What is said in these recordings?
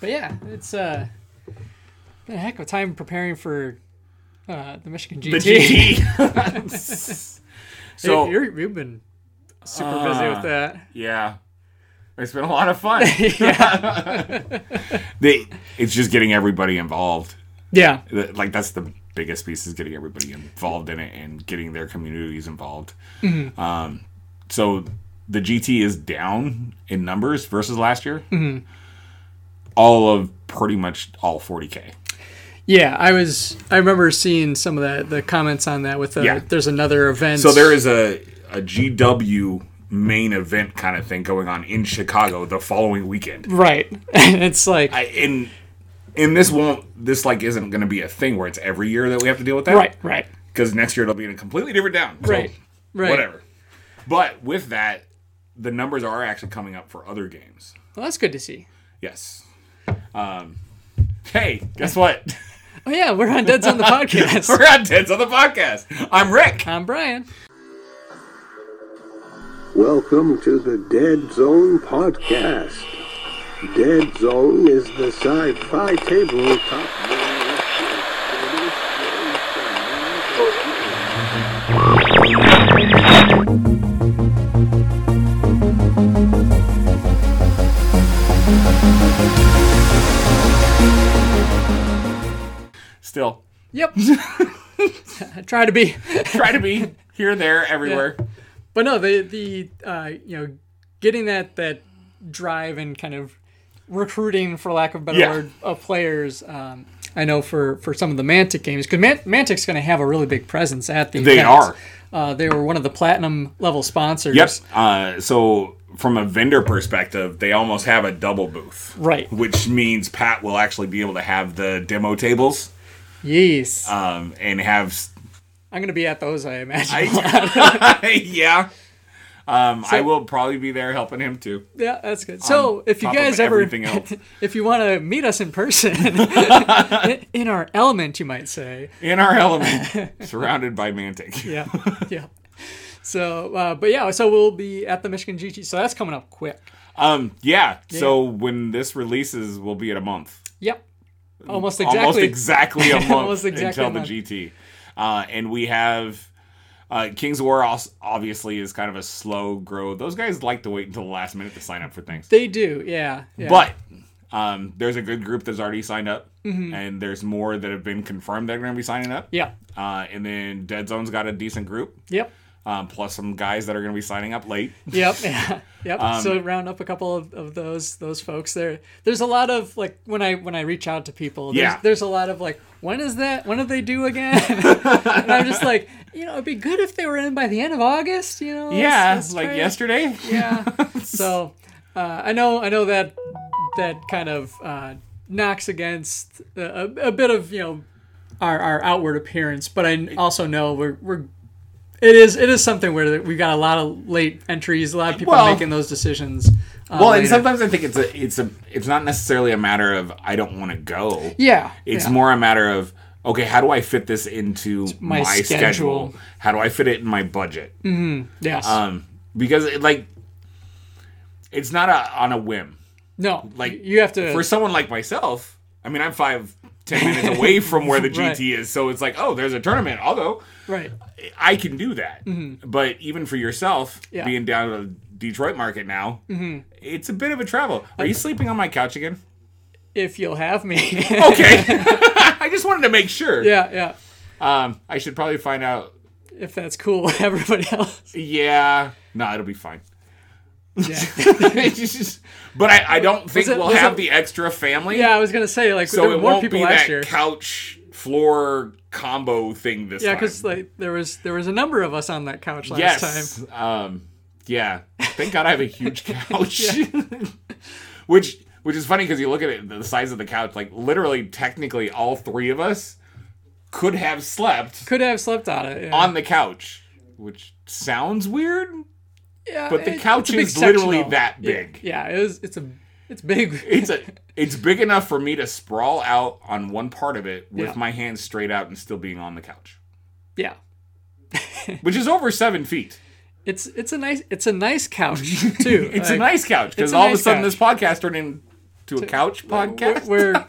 but yeah, it's uh, been a heck of a time preparing for uh, the Michigan GT. The GT. so you have been super busy with Uh, that. yeah, it's been a lot of fun. yeah, they, it's just getting everybody involved. yeah, Th- Like that's the biggest piece is getting everybody involved in it and getting their communities involved. Um, so the GT is down in numbers versus last year. All of pretty much all 40k. yeah. I was. I remember seeing some of that. The comments on that with the, Yeah. there's another event. So there is a, a GW main event kind of thing going on in Chicago the following weekend. right. it's like I, and and this won't this like isn't going to be a thing where it's every year that we have to deal with that. right, right, Because next year it'll be in a completely different town. So right, right. Whatever. But with that, the numbers are actually coming up for other games. Well, that's good to see. Yes. Um, hey, guess what? Oh yeah, we're on Dead Zone the podcast. We're on Tits on the podcast. I'm Rick. I'm Brian. Welcome to the Dead Zone Podcast. Dead Zone is the sci fi tabletop. Still Yep. I try to be. try to be here, there, everywhere. But no, the the uh, you know getting that that drive and kind of recruiting, for lack of a better Yeah. word, of players. Um, I know for for some of the Mantic games because Man- Mantic's going to have a really big presence at the. They event. are. Uh, they were one of the platinum level sponsors. Yep. Uh, so from a vendor perspective, they almost have a double booth, Right. which means Pat will actually be able to have the demo tables Yes. um, and have. s- I'm going to be at those, I imagine. yeah. Um, I will probably be there helping him too. yeah, that's good. So if you top of guys ever, everything else. if you want to meet us in person, in our element, you might say. In our element, surrounded by Mantic. yeah, yeah. So, uh, but yeah, so we'll be at the Michigan GT. So that's coming up quick. Um, yeah. So when this releases, we'll be at a month. Yep. Almost exactly. Almost exactly a month Almost exactly until a month. the GT. Uh, and we have uh, Kings of War als- obviously is kind of a slow grow. Those guys like to wait until the last minute to sign up for things. They do. Yeah. yeah. But um, there's a good group that's already signed up, and there's more that have been confirmed that are going to be signing up. Mm-hmm. yeah. Uh, and then Dead Zone's got a decent group, Yep. um, plus some guys that are going to be signing up late. Yep. Yeah. Yep. so Um, round up a couple of, of those those folks there. There's a lot of like when I when I reach out to people, there's, Yeah. there's a lot of like when is that? When do they do again? and I'm just like, you know, it'd be good if they were in by the end of August, you know. let's- yeah, let's like try it. yesterday. yeah. So uh, I know I know that that kind of uh, knocks against a, a, a bit of you know our, our outward appearance, but I also know we're we're it is it is something where we've got a lot of late entries, a lot of people Well- making those decisions. Uh, Well, and later. sometimes I think it's a it's a it's not necessarily a matter of I don't want to go. yeah, It's yeah. more a matter of okay, how do I fit this into my, my schedule? schedule. Mm. How do I fit it in my budget? yes Um, because it, like it's not a, on a whim. no like, like you have to For someone like myself, I mean, I'm five ten minutes away from where the GT Right. is, so it's like oh, there's a tournament. I'll go. right I can do that. But even for yourself, Mm-hmm. Yeah. Mm-hmm. being down to the Detroit market now, it's a bit of a travel. Are you sleeping on my couch again? if you'll have me. Okay. I just wanted to make sure. yeah, yeah. Um, I should probably find out. If that's cool, with everybody else. Yeah. No, it'll be fine. Yeah, It's just- but I, I don't think it- we'll was have it- the extra family. yeah. I was gonna say like So there were it more won't people be last that year. couch floor combo thing this Yeah, time. because like there was there was a number of us on that couch last yes. time. Um, yeah. Thank God I have a huge couch. which which is funny because you look at it, the size of the couch, like literally, technically, all three of us could have slept Could have slept on it. Yeah. on the couch, which sounds weird, yeah, but the it- it's couch a big is literally sectional. that Yeah, big. Yeah, it was. It's a. It's big. It's a it's big enough for me to sprawl out on one part of it with Yeah. my hands straight out and still being on the couch, yeah, which is over seven feet. it's it's a nice it's a nice couch too. It's a Like, nice couch it's because a all of a nice sudden couch. this podcast turned in to a couch Where, podcast. where-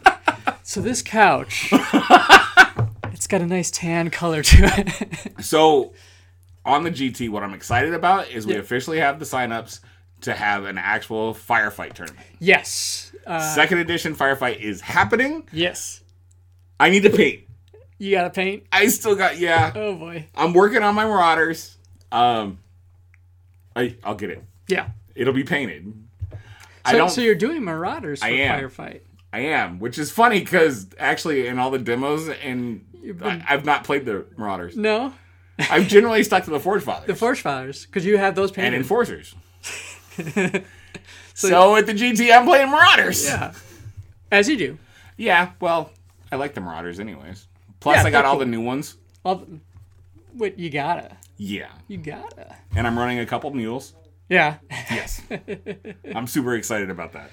so this couch, it's got a nice tan color to it. So on the GT, what I'm excited about is we officially have the signups to have an actual firefight tournament. yes. Uh, Second edition firefight is happening. yes. I need to paint. You got to paint? I still got yeah. Oh, boy. I'm working on my marauders. Um, I I'll get it. Yeah. It'll be painted. I So, don't. so you're doing Marauders for I am. Firefight. I am, which is funny because actually in all the demos and been- I, I've not played the marauders. No? I've generally stuck to the Forge Fathers The Forge Fathers, because you have those painted. and Enforcers. so, at the GT, I'm playing Marauders. Yeah. As you do. Yeah, well, I like the Marauders anyways. Plus, Yeah, I got they're all the new ones. Well, what you gotta. Yeah. You gotta. And I'm running a couple mules. Yeah. Yes. I'm super excited about that.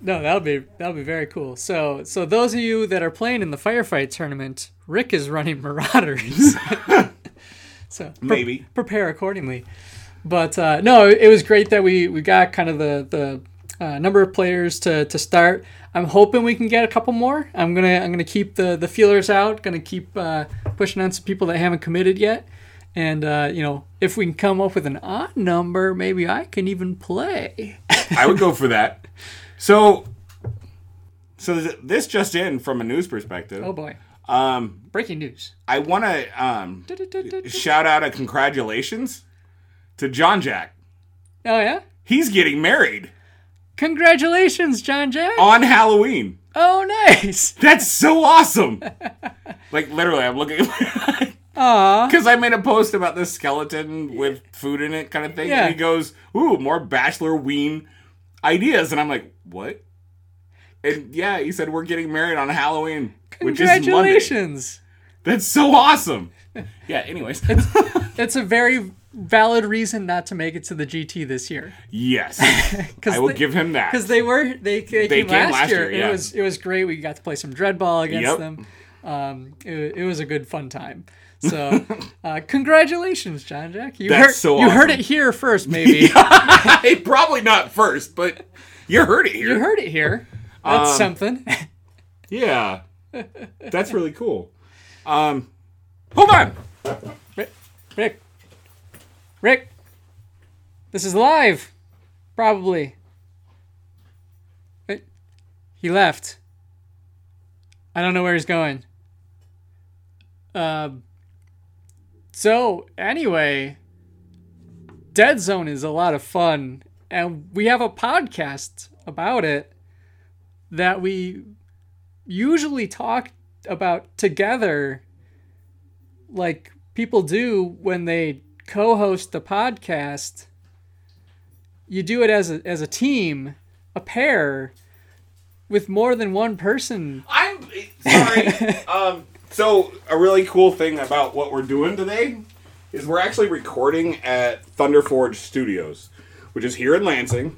No, that'll be that'll be very cool. So so those of you that are playing in the firefight tournament, Rick is running Marauders. so pre- Maybe. prepare accordingly. But uh, no, it was great that we we got kind of the the uh, number of players to to start. I'm hoping we can get a couple more. I'm gonna I'm gonna keep the the feelers out. Gonna keep uh, pushing on some people that haven't committed yet. And uh, you know, if we can come up with an odd number, maybe I can even play. I would go for that. So, so th- this just in from a news perspective. Oh boy! Um, Breaking news. I want to um, shout out a congratulations to John Jack. Oh yeah! He's getting married Congratulations, John Jack. on Halloween. Oh nice. That's so awesome. like literally, I'm looking because Aw. I made a post about this skeleton with food in it kind of thing, Yeah. and he goes, "Ooh, more bachelor ween ideas," and I'm like, "What?" And yeah, he said we're getting married on Halloween, which is Monday. Congratulations. That's so awesome. Yeah. Anyways, That's a very valid reason not to make it to the GT this year. yes, Because I will give him that. because they were they, they, came, last, year. and yeah. It was it was great. We got to play some dreadball against Yep. them. Um, it, it was a good fun time. So, uh, congratulations, John Jack. You That's heard so you heard it awesome. here first, maybe. Hey, probably not first, but you heard it here. You heard it here. That's Um, something. Yeah. That's really cool. Um Hold on. Rick, Rick, Rick, this is live, probably. Eh, He left. I don't know where he's going. Um. So anyway, Dead Zone is a lot of fun, and we have a podcast about it that we usually talk about together like people do when they co-host the podcast you do it as a as a team a pair with more than one person I'm sorry. um so a really cool thing about what we're doing today is we're actually recording at Thunderforge Studios, which is here in Lansing.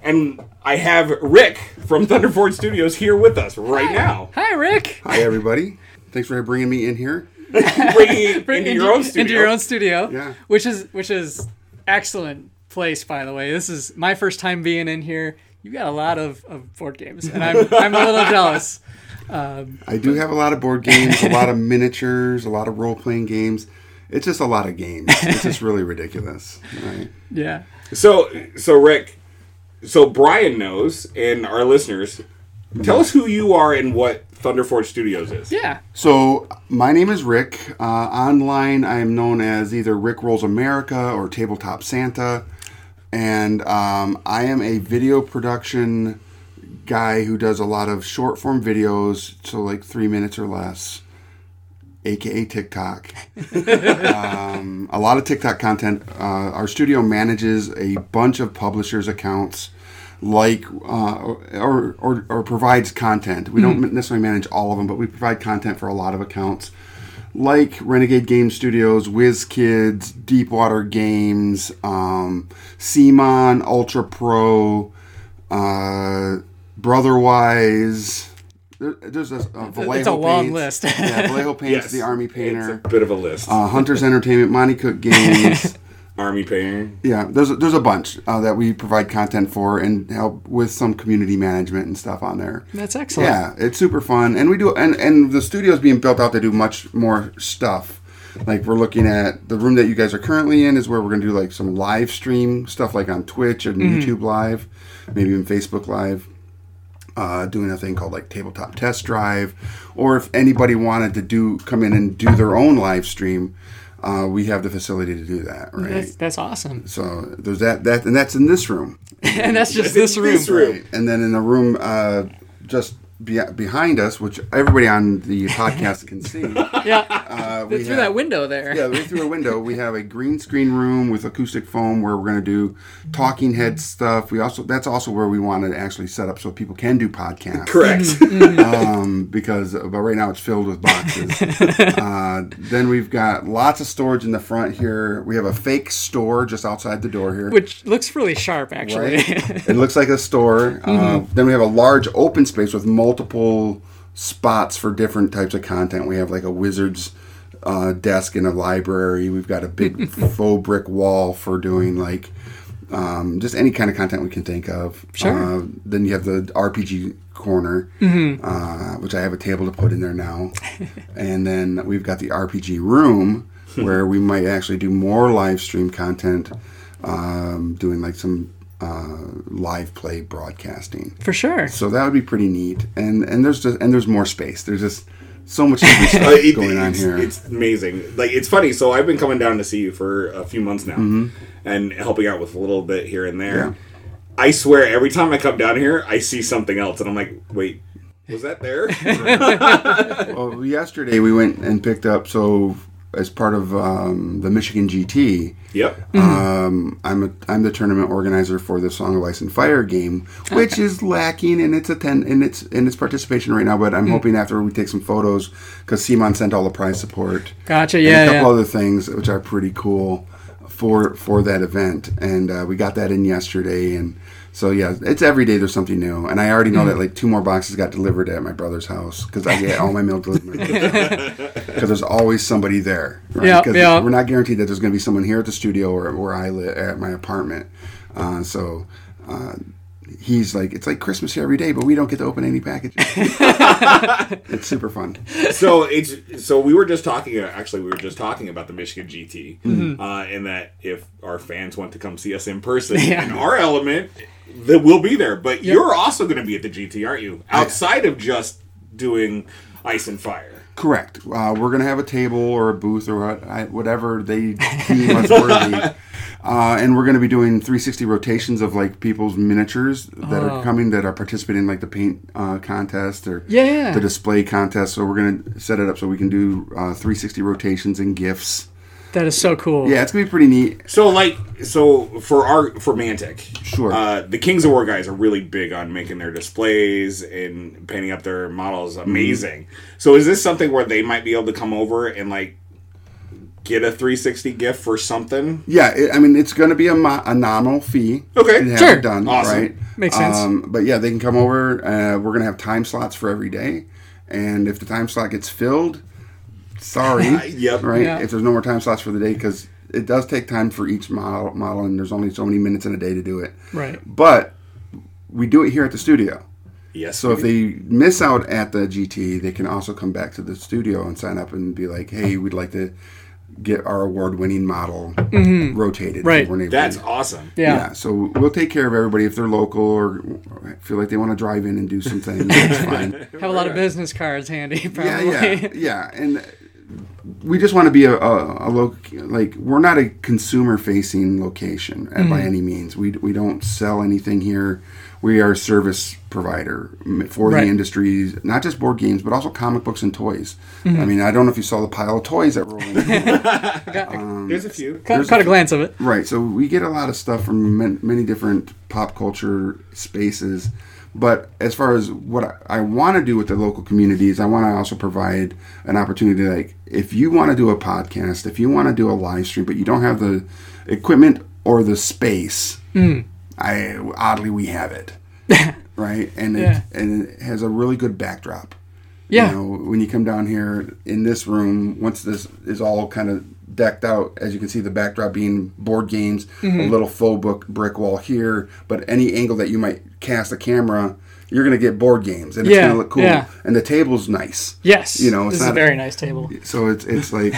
And I have Rick from Thunderforge Studios here with us right now. hi rick Hi, everybody. Thanks for bringing me in here. Bringing it into Into- your own studio. into your own studio Yeah. which is which is excellent place by the way this is my first time being in here you got a lot of, of board games and i'm, I'm a little jealous I do have a lot of board games, a lot of miniatures, a lot of role playing games. It's just a lot of games. It's just really ridiculous. Right? yeah So, so Rick, so Brian knows, and our listeners, tell us who you are and what Thunderforge Studios is. yeah So, my name is Rick. Uh, online, I am known as either Rick Rolls America or Tabletop Santa. And um, I am a video production guy who does a lot of short form videos, so like three minutes or less, aka TikTok. um, a lot of TikTok content. Uh, our studio manages a bunch of publishers' accounts, like uh, or, or or provides content. We Hmm. don't necessarily manage all of them, but we provide content for a lot of accounts, like Renegade Game Studios, Whiz Kids, Deepwater Games, um, Simon, Ultra Pro, uh, Brotherwise. There, there's a, a Vallejo it's a long Paints. list. yeah, Vallejo Paints, the Army Painter. Um, It's a bit of a list. Uh, Hunter's Entertainment, Monty Cook Games, Army painting. Yeah, there's a, there's a bunch uh, that we provide content for and help with some community management and stuff on there. That's excellent. Yeah, it's super fun, and we do and and the studio's being built out to do much more stuff. Like we're looking at the room that you guys are currently in is where we're gonna do like some live stream stuff, like on Twitch and YouTube Live, maybe even Facebook Live. Uh, doing a thing called like tabletop test drive, or if anybody wanted to do come in and do their own live stream, uh, we have the facility to do that. Right. That's, that's awesome. So there's that that and that's in this room. And that's just this room. This room. And then in the room uh, just be- behind us, which everybody on the podcast can see, Yeah. uh, we Through have- that window there. Yeah, right through a window, we have a green screen room with acoustic foam where we're going to do talking head stuff. We also that's also where we want to actually set up so people can do podcasts Correct. um, because but right now it's filled with boxes. uh, then we've got lots of storage in the front here. We have a fake store just outside the door here. Which looks really sharp, actually. Right? it looks like a store. Uh, then we have a large open space with multiple spots for different types of content. We have like a wizard's uh, desk in a library. We've got a big faux brick wall for doing like um, just any kind of content we can think of. Sure. Uh, then you have the RPG corner, uh, which I have a table to put in there now. and then we've got the RPG room where we might actually do more live stream content, um, doing like some uh, live play broadcasting. For sure. So that would be pretty neat. And and there's just and there's more space. There's just so much different Uh, stuff it- going on it's, here. it's amazing. Like it's funny. So I've been coming down to see you for a few months now, and helping out with a little bit here and there. Mm-hmm. Yeah. I swear, every time I come down here, I see something else, and I'm like, wait. Was that there? Well, yesterday we went and picked up so as part of um, the Michigan GT. yep. Um, I'm a, I'm the tournament organizer for the Song of Ice and Fire game, which is lacking in its attend in its in its participation right now. But Hmm. I'm hoping after we take some photos, because Simon sent all the prize support Gotcha. and a Yeah. couple yeah. other things which are pretty cool for for that event and uh, we got that in yesterday and so yeah it's every day there's something new and i already know Mm. that like two more boxes got delivered at my brother's house because i get all my mail delivered because there's always somebody there right? Yeah, 'Cause yeah. we're not guaranteed that there's going to be someone here at the studio or where i live at my apartment uh, so uh, he's like it's like christmas here every day but we don't get to open any packages it's super fun so it's so we were just talking. uh, Actually, we were just talking about the Michigan GT, uh, and that if our fans want to come see us in person Yeah. in our element, that we'll be there. But you're also going to be at the GT, aren't you? Outside of just doing ice and fire. Correct. Uh, we're going to have a table or a booth or what- I- whatever they deem us worthy. Uh, and we're going to be doing 360 rotations of like people's miniatures that Oh. are coming that are participating in like the paint uh, contest or Yeah, yeah. the display contest. So we're going to set it up so we can do uh, 360 rotations and gifts. That is so cool. Yeah, it's going to be pretty neat. So like so for our for Mantic, Sure. Uh, the Kings of War guys are really big on making their displays and painting up their models Mm-hmm. amazing. So is this something where they might be able to come over and like get a 360 gift for something? Yeah, it, I mean it's going to be a, mo- a nominal fee. Okay. to have Sure. it done Awesome. right. Um, Makes sense. but yeah, they can come over. Uh, we're going to have time slots for every day, and if the time slot gets filled, sorry. yep. Right. Yeah. If there's no more time slots for the day, because it does take time for each model, model, and there's only so many minutes in a day to do it. Right. But we do it here at the studio. Yes. So if they miss out at the GT, they can also come back to the studio and sign up and be like, "Hey, we'd like to get our award-winning model rotated." Mm-hmm. Right. We're neighbors. that's awesome. Yeah. Yeah, so we'll take care of everybody if they're local or feel like they want to drive in and do some things. That's fine. Have a lot of business cards handy, Yeah, probably. yeah, yeah. And we just want to be a, a, a loc like we're not a consumer facing location uh Mm-hmm. by any means. We we don't sell anything here. We are a service provider mm, for Right. the industries, not just board games, but also comic books and toys. Mm-hmm. I mean, I don't know if you saw the pile of toys that were rolling. Mm. There's a few. Caught, caught a glance of it. Right. So we get a lot of stuff from man- many different pop culture spaces. But as far as what I, I want to do with the local communities, I want to also provide an opportunity. Like, if you want to do a podcast, if you want to do a live stream, but you don't have the equipment or the space, Hmm. I oddly we have it, right? And Yeah. it and it has a really good backdrop. Yeah. You know, when you come down here in this room, once this is all kind of decked out, as you can see, the backdrop being board games, a Mm-hmm. little faux book brick wall here, but any angle that you might cast a camera, you're going to get board games, and it's Yeah, going to look cool. yeah. And the table's nice. Yes. You know, it's this is a not- very nice table. So it's it's like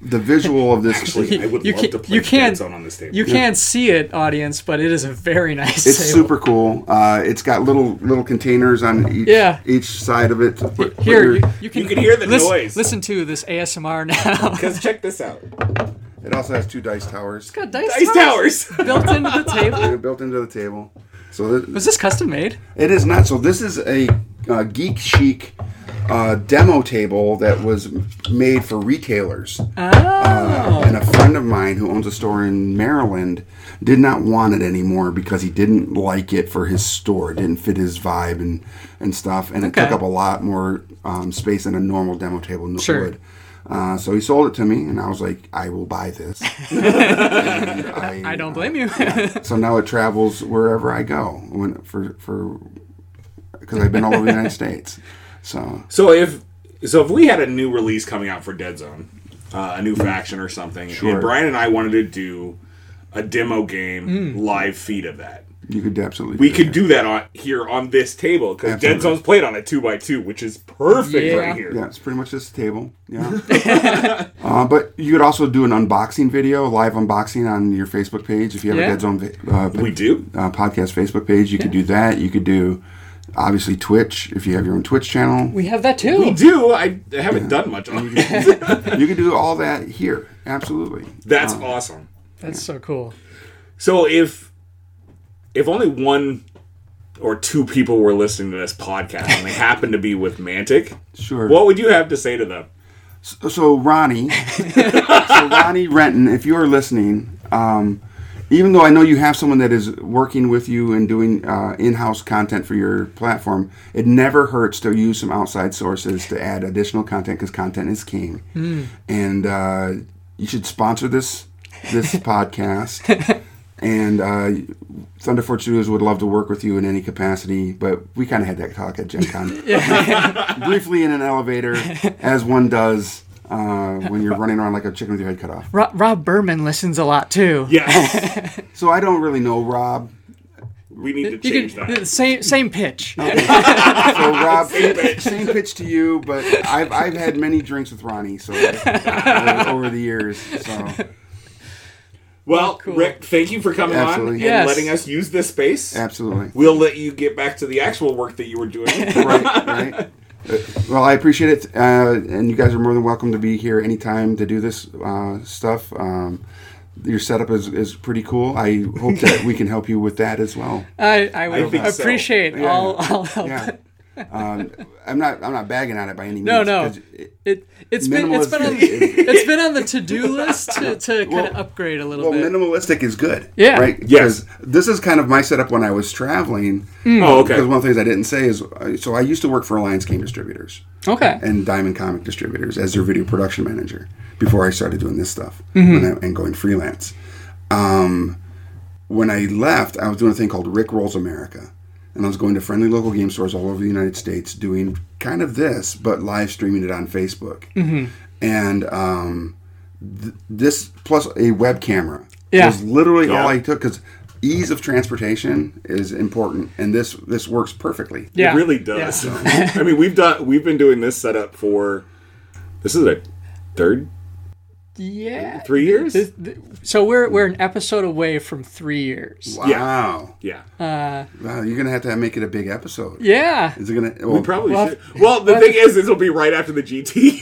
the visual of this. I would You love can- to play you can- Dead Zone on this table. You can't see it, audience, but it is a very nice It's table. super cool. Uh, it's got little little containers on each Yeah. each side of it. to put- put Here, your- you, you can You can hear the listen, noise. Listen to this ASMR now. Because check this out. it also has two dice towers Got dice, Dice towers. built into the table. They're built into the table. So th- Was this custom made? it is not. So this is a uh, geek chic uh, demo table that was made for retailers. Oh. Uh, and a friend of mine who owns a store in Maryland did not want it anymore because he didn't like it for his store. It didn't fit his vibe and, and stuff. And it took Okay. up a lot more um, space than a normal demo table n- Sure. would. Uh, so he sold it to me, and I was like, I will buy this. And I don't blame you. so now it travels wherever I go when for for because I've been all over the United States. So So if so, if we had a new release coming out for Dead Zone, uh, a new faction or something, Sure. and Brian and I wanted to do a demo game Mm. live feed of that, you could absolutely we do could that. do that on here on this table because Dead Absolutely. Zone's played on a two by two, which is perfect Yeah. right here. Yeah, it's pretty much this table. Yeah, uh, but you could also do an unboxing video, live unboxing on your Facebook page if you have Yeah. a Dead Zone vi- uh, We do. uh, podcast Facebook page. You could do that. You could do obviously Twitch if you have your own Twitch channel. we have that too. We do. I haven't done much on it. you could do all that here. Absolutely. That's Uh-huh. awesome. That's so cool. So if if only one or two people were listening to this podcast and they happened to be with Mantic, Sure. what would you have to say to them? so Ronnie, so Ronnie Renton, if you are listening, um, even though I know you have someone that is working with you and doing uh, in-house content for your platform, it never hurts to use some outside sources to add additional content because content is king. And uh, you should sponsor this this podcast. And uh, Thunder Forge Studios would love to work with you in any capacity, but we kind of had that talk at Gen Con briefly in an elevator, as one does uh, when you're running around like a chicken with your head cut off. Rob, Rob Berman listens a lot too. Yes, So I don't really know Rob. we need to You change that. can, same same pitch. So Rob, same pitch. pitch, to you, but I've, I've had many drinks with Ronnie so over, over the years. So Well, Rick, thank you for coming on Absolutely. and Yes. letting us use this space. absolutely, We'll let you get back to the actual work that you were doing. Oh, right, right. Uh, Well, I appreciate it, uh, and you guys are more than welcome to be here anytime to do this uh, stuff. Um, your setup is, is pretty cool. I hope that we can help you with that as well. I, I would think so. appreciate Yeah. all, all help. Yeah. Um, I'm not. I'm not bagging on it by any means. No, no. 'cause it- It it's been it's been on, Minimalist is- it's been on the to do list to, to kind of Well- upgrade a little well, bit. minimalistic is good. Yeah. Right. Yes. 'Cause This is kind of my setup when I was traveling. Mm. Oh, Because okay. one of the things I didn't say is, uh, so I used to work for Alliance Game Distributors okay. and Diamond Comic Distributors as their video production manager before I started doing this stuff Mm-hmm. and, I- and going freelance. Um, when I left, I was doing a thing called Rick Rolls America, and I was going to friendly local game stores all over the United States doing kind of this, but live streaming it on Facebook. Mm-hmm. And um, th- this plus a web camera Yeah. was literally Yeah. all I took because ease of transportation is important, and this this works perfectly. Yeah. It really does. Yeah. I mean, we've done we've been doing this setup for this is a third Yeah. three years. This- th- So we're we're an episode away from three years. Wow. Yeah, Oh, Wow, you're gonna have to make it a big episode. Yeah. Is it gonna? Well, we probably Well, should. Well, the thing is, it'll be right after the GT.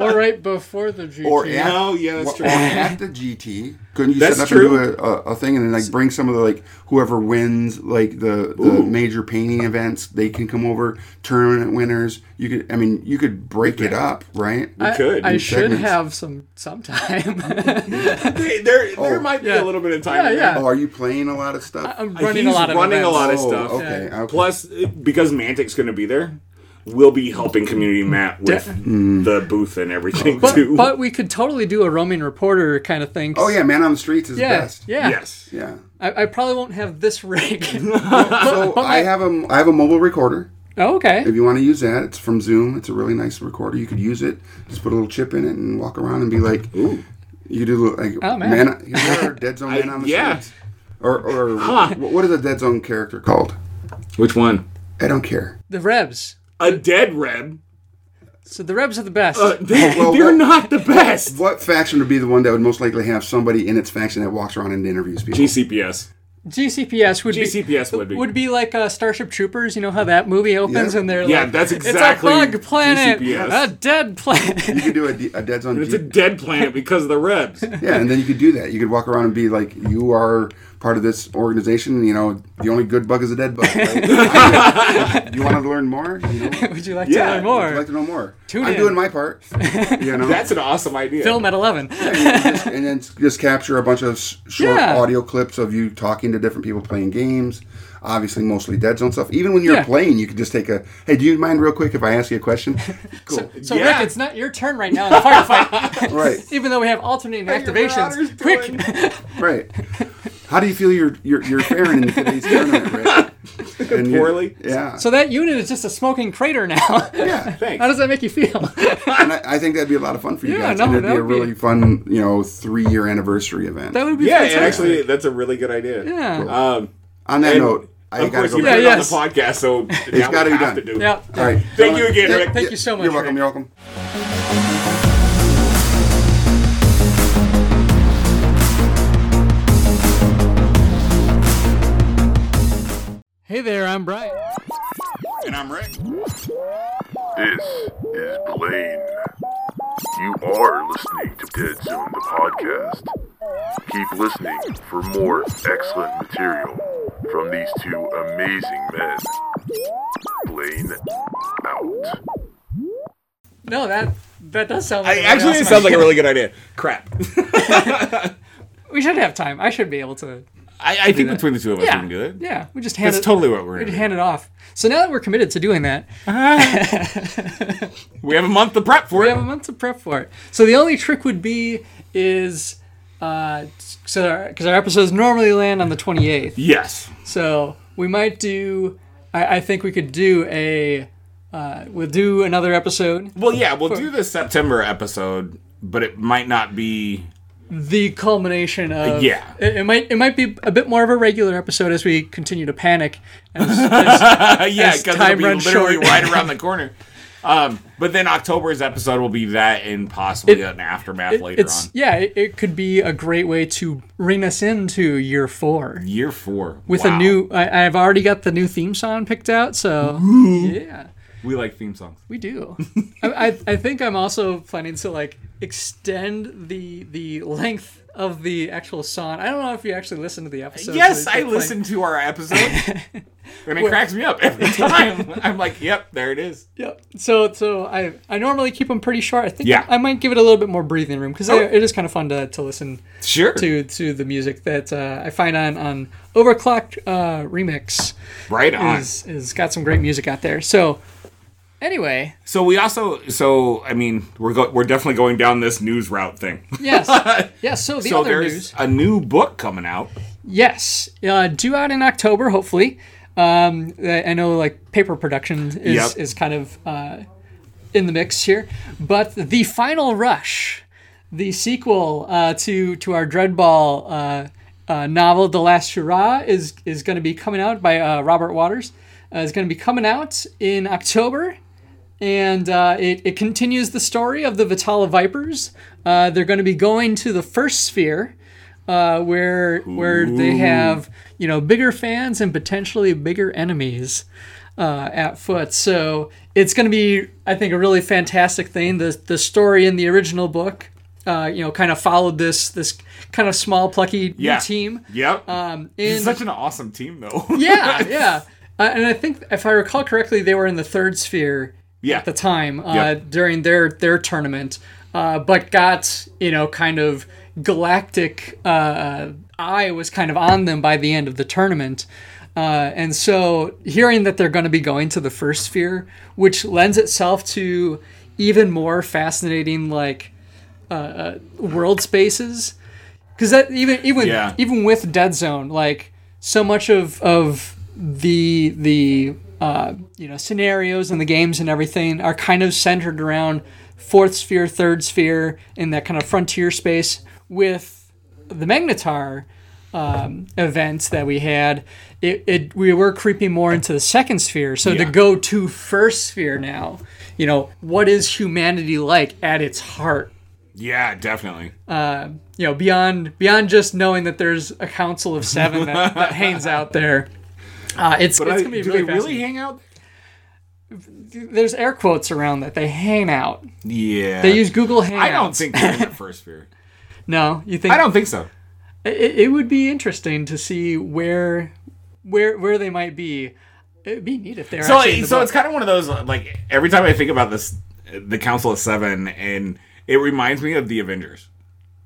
Or right before the GT. or at, Oh, yeah, that's or true. at the GT, couldn't you That's set up true. and do a, a, a thing and then like bring some of the like whoever wins like the, the major painting events, they can come over. Tournament winners, you could. I mean, you could break it up, right? I, could. I In should segments. have some sometime. They- there, there Oh. might be Yeah. a little bit of time. Yeah, in there. yeah. oh, are you playing a lot of stuff? I'm running a He's lot of running events. a lot of Oh, stuff. Okay, okay. Plus, because Mantic's going to be there, we'll be helping Community Matt with Mm. the booth and everything But, too. but we could totally do a roaming reporter kind of thing. oh yeah, man on the streets is Yeah. best. Yeah. yes. Yeah. I, I probably won't have this rig. So I have a I have a mobile recorder. Oh, okay. If you want to use that, it's from Zoom. It's a really nice recorder. You could use it. Just put a little chip in it and walk around and be like, Ooh. You do look like Oh, man. man. you know, or dead zone man I- on the yeah. streets. Or or Huh. wh- what is a dead zone character called? Which one? I don't care. The Rebs. A dead Reb. So the Rebs are the best. Uh, they, well, they're well- not the best. What faction would be the one that would most likely have somebody in its faction that walks around and interviews people? GCPS. GCPS would GCPS be, would be. would be like uh, Starship Troopers. You know how that movie opens Yeah. and they're Yeah, like, that's it's a exactly bug planet, GCPS. a dead You planet. could do a, de- a dead zone. It's a G- dead planet because of the Rebs. yeah, and then you could do that. You could walk around and be like, "You are part of this organization. You know, the only good bug is a dead bug." right? you want to learn more? You know, would you like Yeah, to learn more? I'd like to know more. Tune I'm in. doing my part. You know, That's an awesome idea. Film at eleven. and, then just, and then just capture a bunch of s- short Yeah. audio clips of you talking to different people playing games. Obviously, mostly dead zone stuff. Even when you're Yeah. playing, you could just take a. Hey, do you mind real quick if I ask you a question? Cool. So Yeah. Rick, it's not your turn right now in the firefight. right. Even though we have alternating activations. Quick. Right. How do you feel you're you're, you're faring in today's tournament, Rick? And you- Poorly. Yeah. So that unit is just a smoking crater now. yeah. How Thanks. does that make you feel? And I, I think that'd be a lot of fun for you Yeah, guys. no, and it'd that be a would be- really fun, you know, three year anniversary event. That would be Yeah, fantastic. actually, that's a really good idea. Yeah. Um, On that and note, I of gotta course, go. you Yeah, put it yeah. back. yes. on the podcast, so now gotta we be have done. to do it. Yeah. All right. Thank you again, Rick. Thank you so much, You're welcome. Rick. You're welcome. Hey there, I'm Brian. And I'm Rick. This is Blaine. You are listening to Dead Zone, the podcast. Keep listening for more excellent material from these two amazing men. Blaine out. No, that that does sound like I, an actually, it awesome sounds like a idea. really good idea. Crap. We should have time. I should be able to I, I think between the two of us, yeah. we can do it. Yeah, we just hand That's it totally what we're we'd going to do. hand it off. So now that we're committed to doing that, We have a month to prep for we it. have a month to prep for it. So the only trick would be is uh so because our, episodes normally land on the 28th. Yes. So we might do I, I think we could do a uh, we'll do another episode. Well, yeah, we'll do the September episode, but it might not be. The culmination of Yeah. It, it might it might be a bit more of a regular episode as we continue to panic Uh, yeah, As because time it'll be runs literally short. right around the corner. Um, but then October's episode will be that and possibly It- an aftermath later it's on. yeah it, it could be a great way to ring us into year four Year four with Wow. a new I, i've already got the new theme song picked out so yeah We like theme songs. we do I, I, I think i'm also planning to like extend the the length of the actual song i don't know if you actually listened to the episode yes, I listened to our episode, and it cracks me up every time. I'm like, "Yep, there it is." yep so so i i normally keep them pretty short i think Yeah. Oh. i might give it a little bit more breathing room because it is kind of fun to, to listen Sure. to to the music that uh, I find on on Overclocked uh, Remix Right on. is is got some great music out there. So anyway, So we also, so I mean, we're go- we're definitely going down this news route thing. yes, yes. So the so other there's news, a new book coming out. yes, uh, due out in October, hopefully. Um, I I know like paper production is Yep. is kind of uh, in the mix here, but the final rush, the sequel uh, to to our Dreadball. Uh, uh, novel The Last Hurrah is is going to be coming out by uh, Robert Waters. Uh, is going to be coming out in October, and uh, it it continues the story of the Vitala Vipers. Uh, they're going to be going to the first sphere, uh, where where they have you know bigger fans and potentially bigger enemies. Uh, at foot, so it's going to be, I think, a really fantastic thing. The the story in the original book, uh, you know, kind of followed this this kind of small, plucky Yeah. team. Yep. Um, it's in, such an awesome team, though. yeah, yeah. Uh, and I think, if I recall correctly, they were in the third sphere Yeah. at the time uh, Yep. during their their tournament, uh, but got you know kind of galactic uh, eye was kind of on them by the end of the tournament. Uh, and so, hearing that they're going to be going to the first sphere, which lends itself to even more fascinating, like uh, uh, world spaces, because that even even Yeah. even with Dead Zone, like so much of of the the you know scenarios and the games and everything are kind of centered around fourth sphere, third sphere, in that kind of frontier space. With the Magnetar um, event that we had, it, it we were creeping more into the second sphere. So to Yeah. go to first sphere now, you know what is humanity like at its heart? Yeah, definitely. You know beyond beyond just knowing that there's a council of seven that, that hangs out there. Uh, it's But it's I- gonna be do really, they fascinating. really hang out? there's air quotes around that they hang out. Yeah. They use Google Hangouts. Uh, I don't think they're in the first sphere. No, you think I don't think so. It, it would be interesting to see where where where they might be. It'd be neat if they're So, actually in the so book. it's kind of one of those uh, like every time I think about this, the Council of Seven, and it reminds me of the Avengers.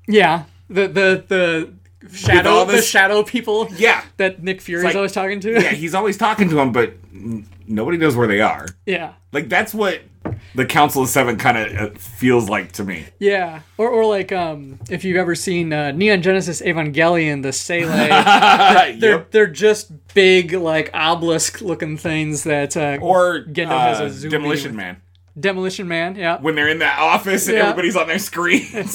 yeah the the the all shadow the this- shadow people Yeah. that Nick Fury's like- always talking to Yeah, he's always talking to them, but n- nobody knows where they are. yeah Like that's what the Council of Seven kind of feels like to me. Yeah. or or like um if you've ever seen uh, Neon Genesis Evangelion the Sele they're Uh, Yep. they're just big like obelisk looking things that uh, Or Gendo uh, has a zoom Demolition beam. Man Demolition Man yeah when they're in that office and Yeah. everybody's on their screens.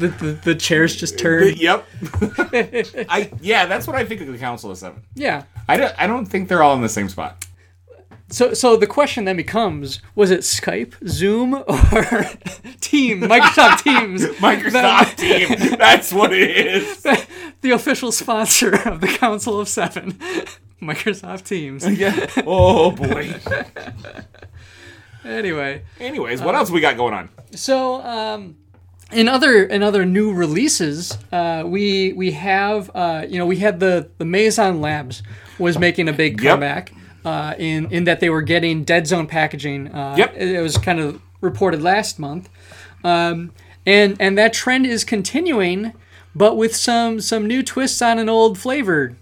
the, the the chairs just turn yep. I yeah, that's what I think of the Council of Seven. yeah I don't I don't think they're all in the same spot. So, so the question then becomes: Was it Skype, Zoom, or Team Microsoft Teams? Microsoft team. That's what it is. the, the official sponsor of the Council of Seven, Microsoft Teams. Yeah. Oh boy. Anyway, Anyways, what else we got going on? so um, in other in other new releases, uh, we we have uh, you know we had the the Maison Labs was making a big Yep. comeback uh, in in that they were getting Dead Zone packaging. Uh, Yep. it, it was kind of reported last month, um, and and that trend is continuing, but with some some new twists on an old flavor.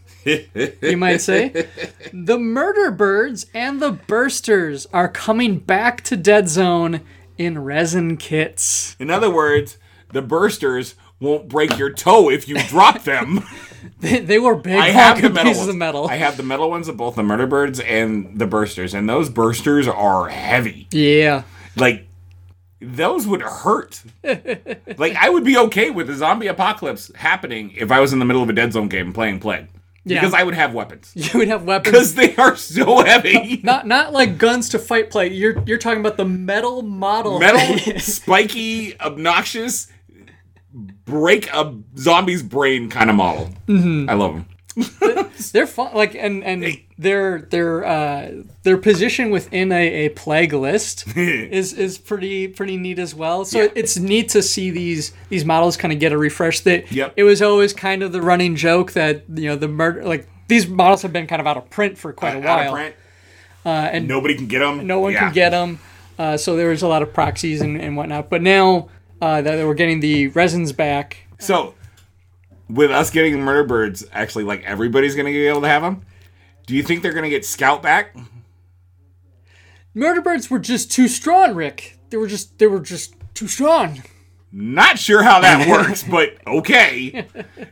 you might say the murder birds and the bursters are coming back to dead zone in resin kits In other words, the bursters won't break your toe if you drop them. They- they were big I have the honking metal pieces ones. of metal. I have the metal ones of both the murder birds and the bursters, and those bursters are heavy. yeah. Like those would hurt. like I would be okay with a zombie apocalypse happening if I was in the middle of a dead zone game playing plague. Yeah. Because I would have weapons. You would have weapons Because they are so heavy. not not like guns to fight play. You're you're talking about the metal model. Metal, spiky, obnoxious, break a zombie's brain kind of model. Mm-hmm. I love them. they're fun like and and their their uh their position within a, a plague list is is pretty pretty neat as well. So it's neat to see these these models kind of get a refresh. That Yep. it was always kind of the running joke that you know the murder like these models have been kind of out of print for quite a while. Out of print. Uh, and- nobody can get them. no one can get them. Uh, so there was a lot of proxies and, and whatnot. But now uh, that we're getting the resins back, So, with us getting murder birds, actually, like everybody's gonna be able to have them. Do you think they're gonna get scout back? murder birds were just too strong, Rick. They were just they were just too strong. Not sure how that works, but okay.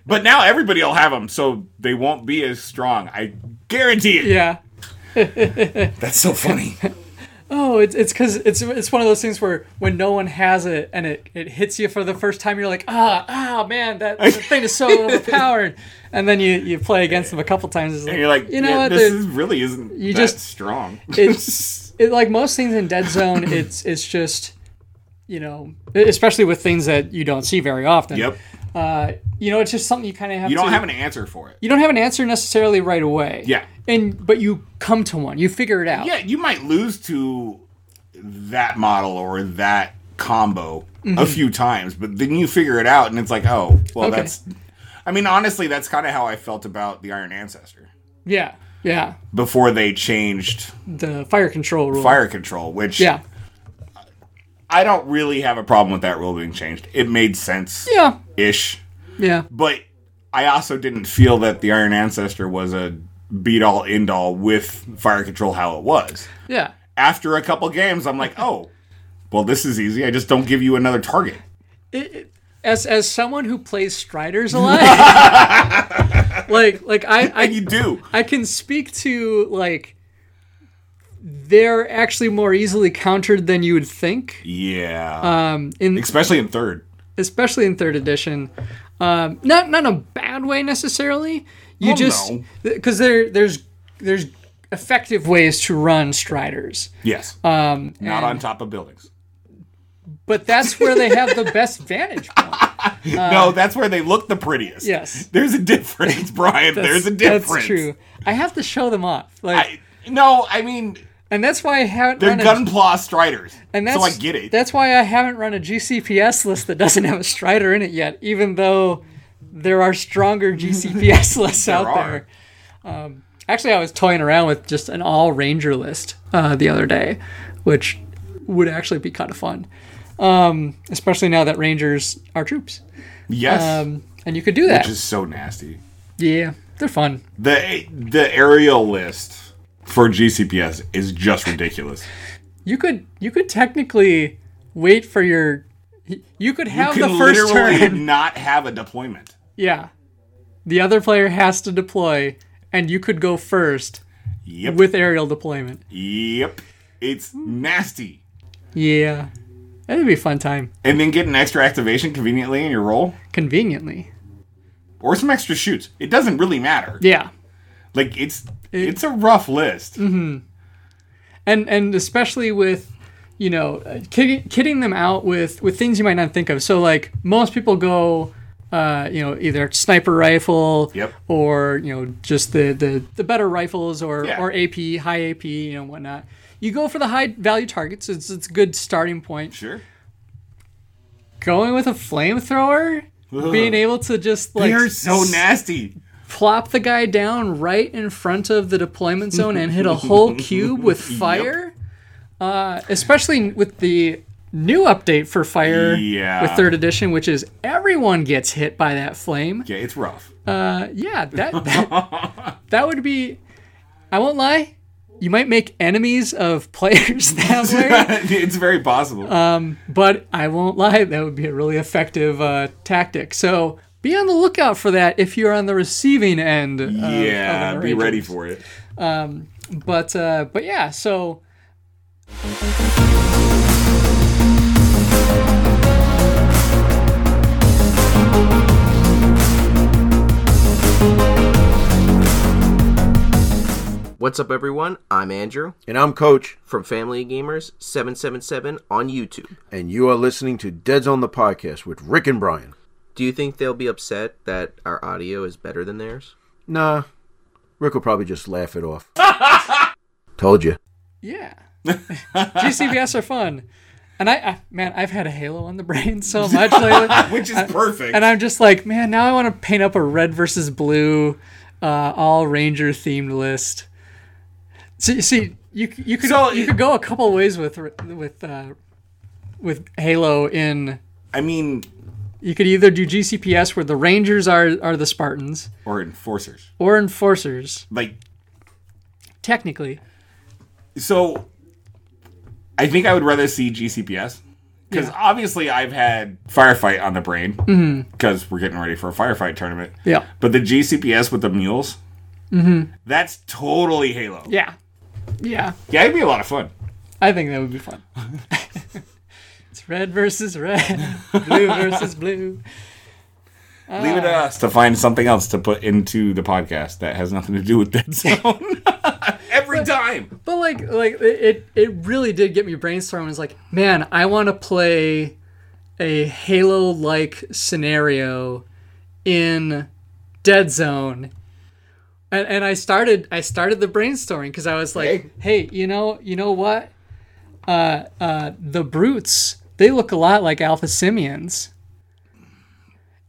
But now everybody will have them, so they won't be as strong. I guarantee it. Yeah. That's so funny. Oh, it's it's because it's it's one of those things where when no one has it and it, it hits you for the first time, you're like, ah ah man, that, that thing is so overpowered. And then you, you play against them a couple times. It's And you're like, you know yeah, what? this dude? is, really isn't You that just- strong. it's it, like most things in Dead Zone. It's it's just you know, e, especially with things that you don't see very often. yep. You know, it's just something you kind of have. You to, don't have an answer for it. You don't have an answer necessarily right away. Yeah. And but you come to one. You figure it out. Yeah, you might lose to that model or that combo a few times, but then you figure it out and it's like, oh, well, Mm-hmm. Okay. that's. I mean, honestly, that's kind of how I felt about the Iron Ancestor Yeah. Yeah. before they changed The fire control rule. fire control, which Yeah. I don't really have a problem with that rule being changed. It made sense Yeah. ish, Yeah. but I also didn't feel that the Iron Ancestor was a beat all end all with fire control how it was. Yeah. after a couple games, I'm like, oh, well, this is easy. I just don't give you another target. It- it- as as someone who plays Striders a lot, like like I I And you do. I can speak to like they're actually more easily countered than you would think, Yeah. um, in, Especially in third. especially in third edition. Um, not not in a bad way necessarily. You Well, just no. because there there's there's effective ways to run striders. Yes. Um, Not and- on top of buildings. but that's where they have the best vantage point. no, that's where they look the prettiest. uh, yes. There's a difference, Brian. There's a That's- difference. That's true. I have to show them off, like, I, no, I mean and that's why I haven't they're run a, gunpla striders. and that's so I get it. That's why I haven't run a GCPS list that doesn't have a Strider in it yet, even though there are stronger GCPS lists out are. there. Um, actually, I was toying around with just an all Ranger list uh, the other day, which would actually be kind of fun, um, especially now that Rangers are troops, yes. um, and you could do that. which is so nasty. yeah, they're fun. The the aerial list for GCPS is just ridiculous. You could you could technically wait for your you could have you the can first literally turn. not have a deployment. Yeah. The other player has to deploy and you could go first Yep. with aerial deployment. yep. It's nasty. Yeah. That'd be a fun time. And then get an extra activation conveniently in your roll. Conveniently. Or some extra shoots. It doesn't really matter. Yeah. Like it's it's a rough list. And and especially with you know, uh, kidding, kidding them out with, with things you might not think of. So, like, most people go, uh, you know, either sniper rifle Yep. or, you know, just the, the, the better rifles or, Yeah. or AP, high AP, you know, whatnot. You go for the high value targets. It's, it's a good starting point. Sure. going with a flamethrower, being able to just like They're so nasty. plop the guy down right in front of the deployment zone and hit a whole cube with fire. Uh, especially with the new update for fire Yeah. with third edition, which is everyone gets hit by that flame. Yeah, it's rough. Uh, yeah, that that, that would be. I won't lie. You might make enemies of players that way, it's very possible. But I won't lie, that would be a really effective uh, tactic. So be on the lookout for that if you're on the receiving end. of- yeah, of an be ready arrangement. for it. But uh, but yeah, so What's up, everyone? I'm Andrew And I'm Coach, from Family Gamers 777 on YouTube. and you are listening to Dead Zone the Podcast with Rick and Brian. Do you think they'll be upset that our audio is better than theirs? Nah, Rick will probably just laugh it off. Told you. yeah, GCBS are fun. And I, I man, I've had a halo on the brain so much lately, Which is perfect. and I'm just like, man, now I want to paint up a red versus blue, uh, all ranger themed list. So you see, you c- you could So- you could go a couple ways with r- with uh, with Halo in I mean, You could either do GCPS where the Rangers are are the Spartans or enforcers. or enforcers, Like technically. so I think I would rather see GCPS because Yeah. obviously I've had firefight on the brain because we're getting ready for a firefight tournament. Mm-hmm. Yeah. Mm-hmm. But the GCPS with the mules, that's totally Halo. Yeah. Yeah. Yeah. it'd be a lot of fun. I think that would be fun. it's red versus red, blue versus blue. Leave it to us to find something else to put into the podcast that has nothing to do with Dead Zone. Every time. But like like it it really did get me brainstorming. It's like, man, I want to play a Halo like scenario in Dead Zone. And and I started I started the brainstorming because I was like, hey, you know you know what? Uh uh the brutes, they look a lot like Alpha Simians.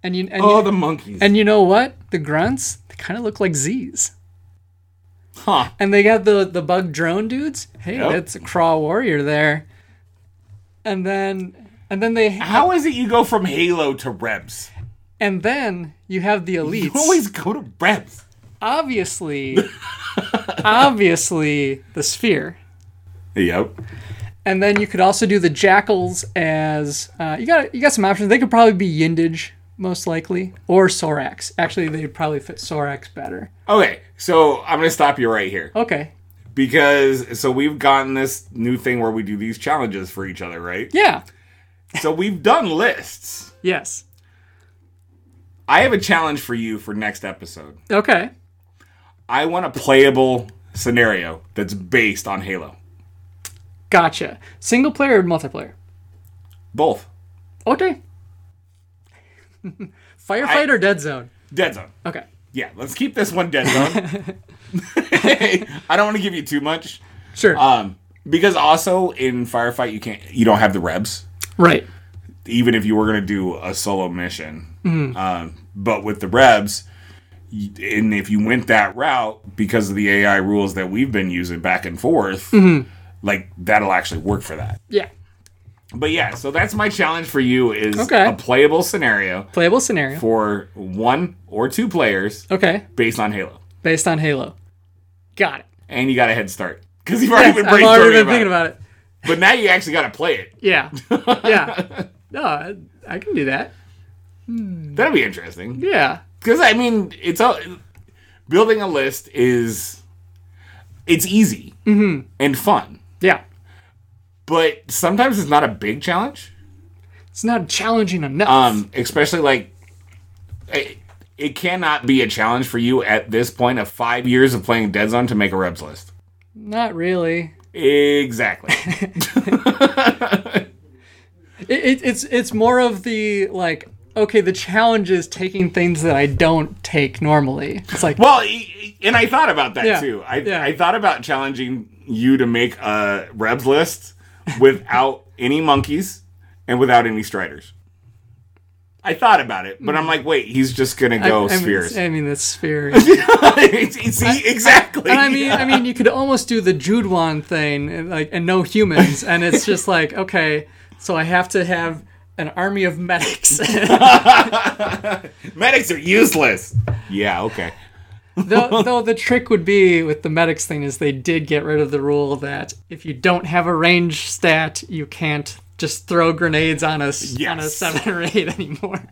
And you and, Oh, you, the monkeys. and you know what? The grunts, they kinda look like Z's. huh. And they got the the bug drone dudes. Hey, Yep. that's a craw warrior there. And then and then they How is it you go from Halo to Rebs? and then you have the elites. You always go to Rebs. Obviously, obviously the sphere. Yep. And then you could also do the jackals as uh, you got you got some options. They could probably be Yindage most likely or Sorax. Actually, they'd probably fit Sorax better. Okay, so I'm gonna stop you right here. Okay. because so we've gotten this new thing where we do these challenges for each other, right? Yeah. So we've done lists. Yes. I have a challenge for you for next episode. Okay. I want a playable scenario that's based on Halo. Gotcha. Single player or multiplayer? Both. Okay. Firefight or Dead Zone? Dead Zone. Okay. Yeah, let's keep this one dead zone. I don't want to give you too much. Sure. Um, because also in firefight you can't you don't have the rebs right. even if you were going to do a solo mission. Mm-hmm. Um, but with the rebs, y- and if you went that route because of the AI rules that we've been using back and forth, Mm-hmm. like that'll actually work for that. Yeah. But yeah, so that's my challenge for you is Okay. a playable scenario Playable scenario. for one or two players Okay. based on Halo, Based on Halo. Got it. and you got a head start because you've already been I've brainstorming already been about thinking it. about it. But now you actually got to play it. Yeah. Yeah. no, I, I can do that. That'll be interesting. Yeah. because I mean, it's all building a list is it's easy and fun, Yeah. but sometimes it's not a big challenge. It's not challenging enough. Um, especially like it, it cannot be a challenge for you at this point of five years of playing Dead Zone to make a reps list. not really. Exactly. It, it, it's it's more of the like okay, the challenge is taking things that I don't take normally. It's like well, e- e- and I thought about that Yeah, too. I yeah. I thought about challenging you to make a reps list without any monkeys and without any striders. I thought about it, but I'm like, wait, he's just gonna I, go I mean, spheres. I mean, that's sphere. See, exactly. And I mean, I mean, you could almost do the Jude Wan thing, and like, and no humans, and it's just like, okay, so I have to have an army of medics. medics are useless. Yeah. Okay. though, though the trick would be with the medics thing is they did get rid of the rule that if you don't have a range stat, you can't just throw grenades on us on a Yes. seven or eight anymore.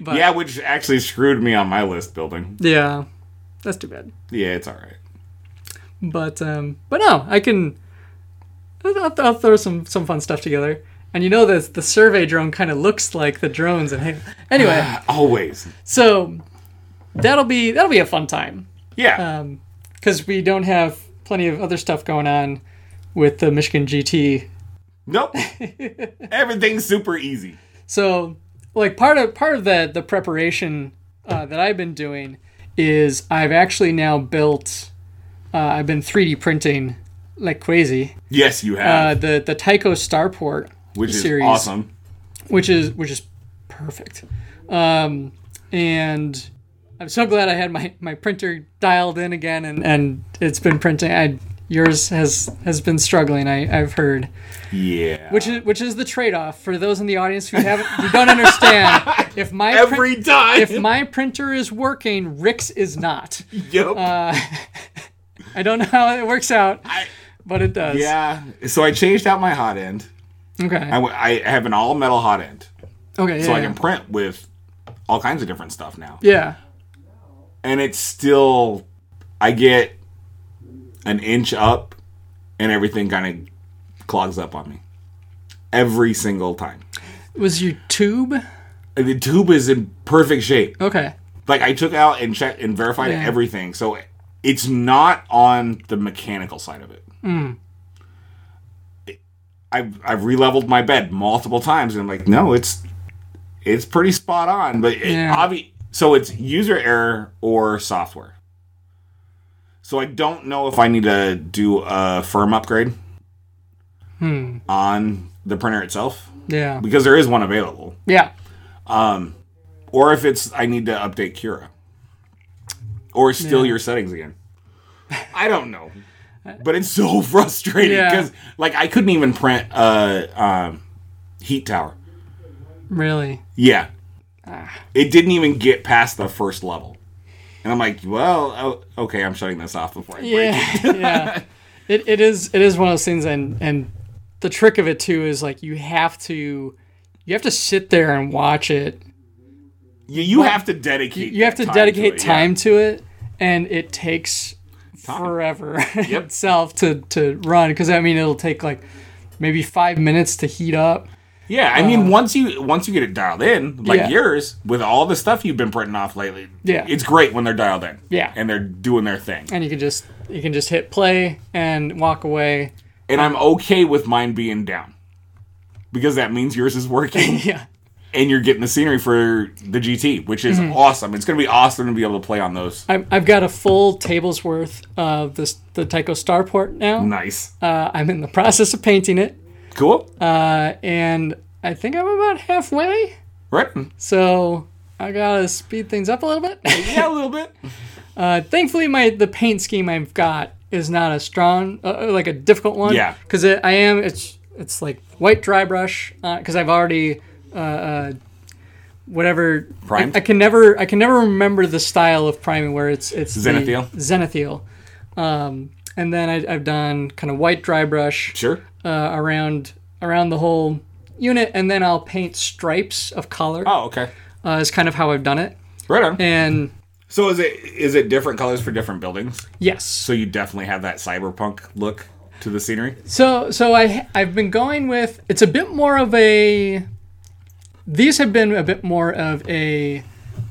yeah, which actually screwed me on my list building. Yeah, that's too bad. Yeah, it's all right. But um, but no, I can. I'll, I'll- I'll throw some some fun stuff together. And you know that the survey drone kind of looks like the drones. And anyway, Always. so that'll be that'll be a fun time Uh, Yeah. because we don't have plenty of other stuff going on with the Michigan GT. nope. Everything's super easy. So like part of part of the the preparation uh, that I've been doing is I've actually now built. Uh, I've been 3D printing like crazy. Yes, you Uh, have, the the Tycho Starport which is series. awesome. which is which is perfect. Um, and I'm so glad I had my, my printer dialed in again, and, and it's been printing. I yours has has been struggling. I I've heard, Yeah. which is which is the trade off for those in the audience who haven't who don't understand. If my print- every time. if my printer is working, Rick's is not. Yep. I don't know how it works out, but it does. yeah. So I changed out my hot end. Okay. I, w- I have an all metal hot end, okay. so yeah, I can print with all kinds of different stuff now. yeah. and it's still I get an inch up and everything kind of clogs up on me every single time. Was your tube And the tube is in perfect shape. okay? Like I took out and checked and verified Yeah. everything, so it's not on the mechanical side of it. Mm. It- I've I've releveled my bed multiple times, and I'm like, no, it's it's pretty spot on, but it, Yeah. obvi- so it's user error or software. So I don't know if I need to do a firm upgrade Hmm. on the printer itself Yeah. because there is one available, Yeah. or if it's I need to update Cura or steal your settings again. I don't know, but it's so frustrating Yeah. because like I couldn't even print a um, heat tower. Really. Yeah. Ah. It didn't even get past the first level. And I'm like, well, oh, okay, I'm shutting this off before I break it. yeah, yeah. It, it is it is one of those things, and and the trick of it too is like you have to you have to sit there and watch it. You, you have to dedicate. You have to time dedicate it, yeah. time to it, and it takes forever itself to to run because I mean it'll take like maybe five minutes to heat up. Yeah, I mean once you once you get it dialed in, like Um, Yeah. yours, with all the stuff you've been printing off lately, Yeah. it's great when they're dialed in. Yeah. and they're doing their thing. and you can just you can just hit play and walk away. And I'm okay with mine being down because that means yours is working Yeah, and you're getting the scenery for the GT, which is Mm-hmm. awesome. It's gonna be awesome to be able to play on those. I've, I've got a full table's worth of this the Tycho Starport now. Nice, Uh, I'm in the process of painting it, cool, uh, and I think I'm about halfway. right? So I gotta speed things up a little bit. Yeah, a little bit. Uh, thankfully, my the paint scheme I've got is not a strong, uh, uh, like a difficult one. Yeah. Because I am, it's it's like white dry brush. Because I've already, uh, uh, whatever. I- Primed? I, can never I can never remember the style of priming where it's it's the Zenithiel? Zenithiel. Um, and then I, I've done kind of white dry brush Sure. uh, around around the whole unit, and then I'll paint stripes of color. Oh, okay. Uh, is kind of how I've done it. Right on. And So is it is it different colors for different buildings? yes. So you definitely have that cyberpunk look to the scenery. So so I I've been going with it's a bit more of a these have been a bit more of a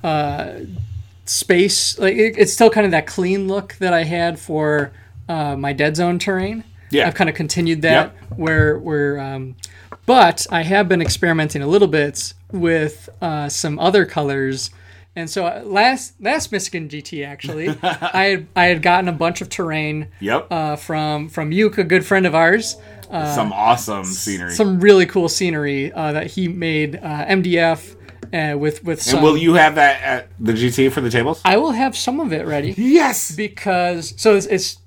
uh, space like it, it's still kind of that clean look that I had for uh, my dead zone terrain. Yeah. I've kind of continued that where where um, but I have been experimenting a little bit with uh, some other colors. And so uh, last last Michigan GT actually, I had I had gotten a bunch of terrain Yep. uh, from from Yuke, a good friend of ours. some awesome scenery. Some really cool scenery uh, that he made uh, MDF uh, with with some. and will you have that at the GT for the tables? I will have some of it ready yes. because so it's, it's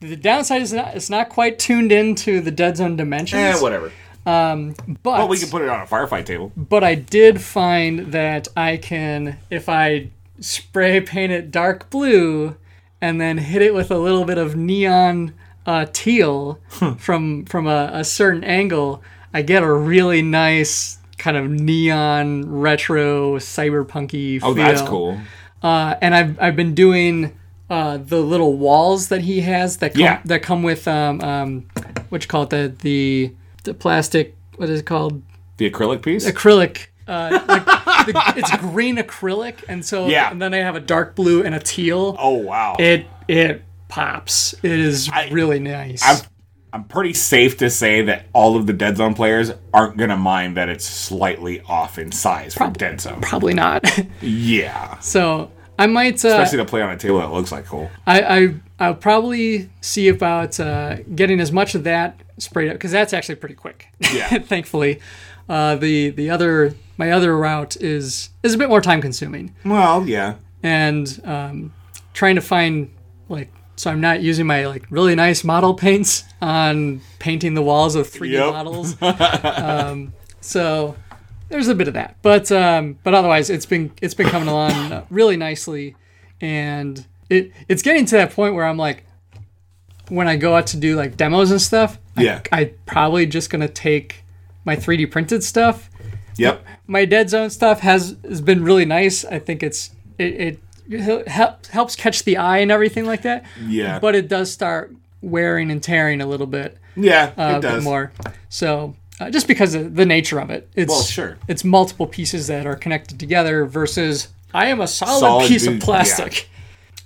the downside is not it's not quite tuned into the dead zone dimensions. Eh, whatever. But Well, we can put it on a firefight table. but I did find that I can if I spray paint it dark blue and then hit it with a little bit of neon uh, teal Hmm. from from a, a certain angle, I get a really nice kind of neon retro cyberpunky. feel. Oh, that's cool. Uh, and I've I've been doing uh, the little walls that he has that come, Yeah. that come with um, um what you call it the the the plastic what is it called The acrylic piece. acrylic. Uh, like the, it's green acrylic, and so Yeah. and then I have a dark blue and a teal. oh wow. It it pops. It is really nice. I've- I'm pretty safe to say that all of the Dead Zone players aren't gonna mind that it's slightly off in size from Dead Zone. Probably not. Yeah. so I might. Uh, Especially to play on a table that looks like cool. I, I I'll probably see about uh, getting as much of that sprayed up because that's actually pretty quick. Yeah. Thankfully, uh, the the other my other route is is a bit more time consuming. Well, yeah. and um, trying to find like so I'm not using my like really nice model paints on painting the walls of 3D Yep. models. um, so there's a bit of that, but um, but otherwise it's been it's been coming along uh, really nicely, and it it's getting to that point where I'm like, when I go out to do like demos and stuff, I- Yeah. I, probably just gonna take my 3D printed stuff Yep. my dead zone stuff has has been really nice. I think it's it, it hel- hel- helps catch the eye and everything like that. Yeah. But it does start wearing and tearing a little bit, Yeah, uh, it does. bit more. So uh, just because of the nature of it, it's Well, sure. it's multiple pieces that are connected together versus I am a solid, Solid piece piece, of plastic.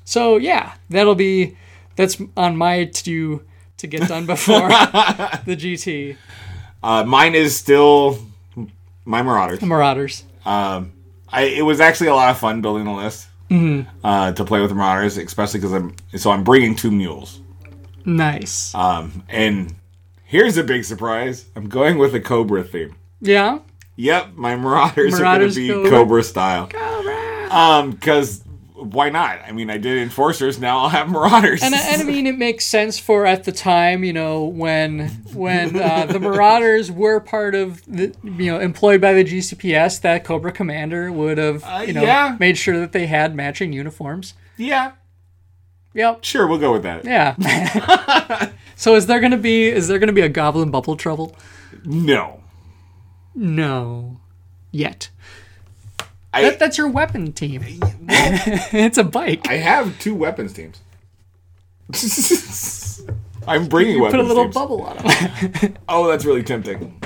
So yeah, that'll be that's on my to do to get done before the GT Uh, mine is still my Marauders. Marauders. I, it was actually a lot of fun building the list Mm-hmm. uh, to play with the Marauders, especially because I'm so I'm bringing two mules. Nice. Um, and here's a big surprise: I'm going with a Cobra theme. yeah. Yep, my Marauders, Marauders are going to Cobra. be Cobra, style. Cobra. Um, because why not? I mean, I did Enforcers, now I'll have Marauders. and, I- and I mean, it makes sense for at the time, you know, when when uh, the Marauders were part of the, you know, employed by the GCPS, that Cobra Commander would have, you know, yeah. made sure that they had matching uniforms. yeah, Yep. sure, we'll go with that. Yeah. so is there gonna be is there gonna be a Goblin Bubble Trouble? No, No, yet. I- That, that's your weapon team. it's a bike. I have two weapons teams. I'm bringing Put a weapons. little James. bubble on him. Oh, that's really tempting.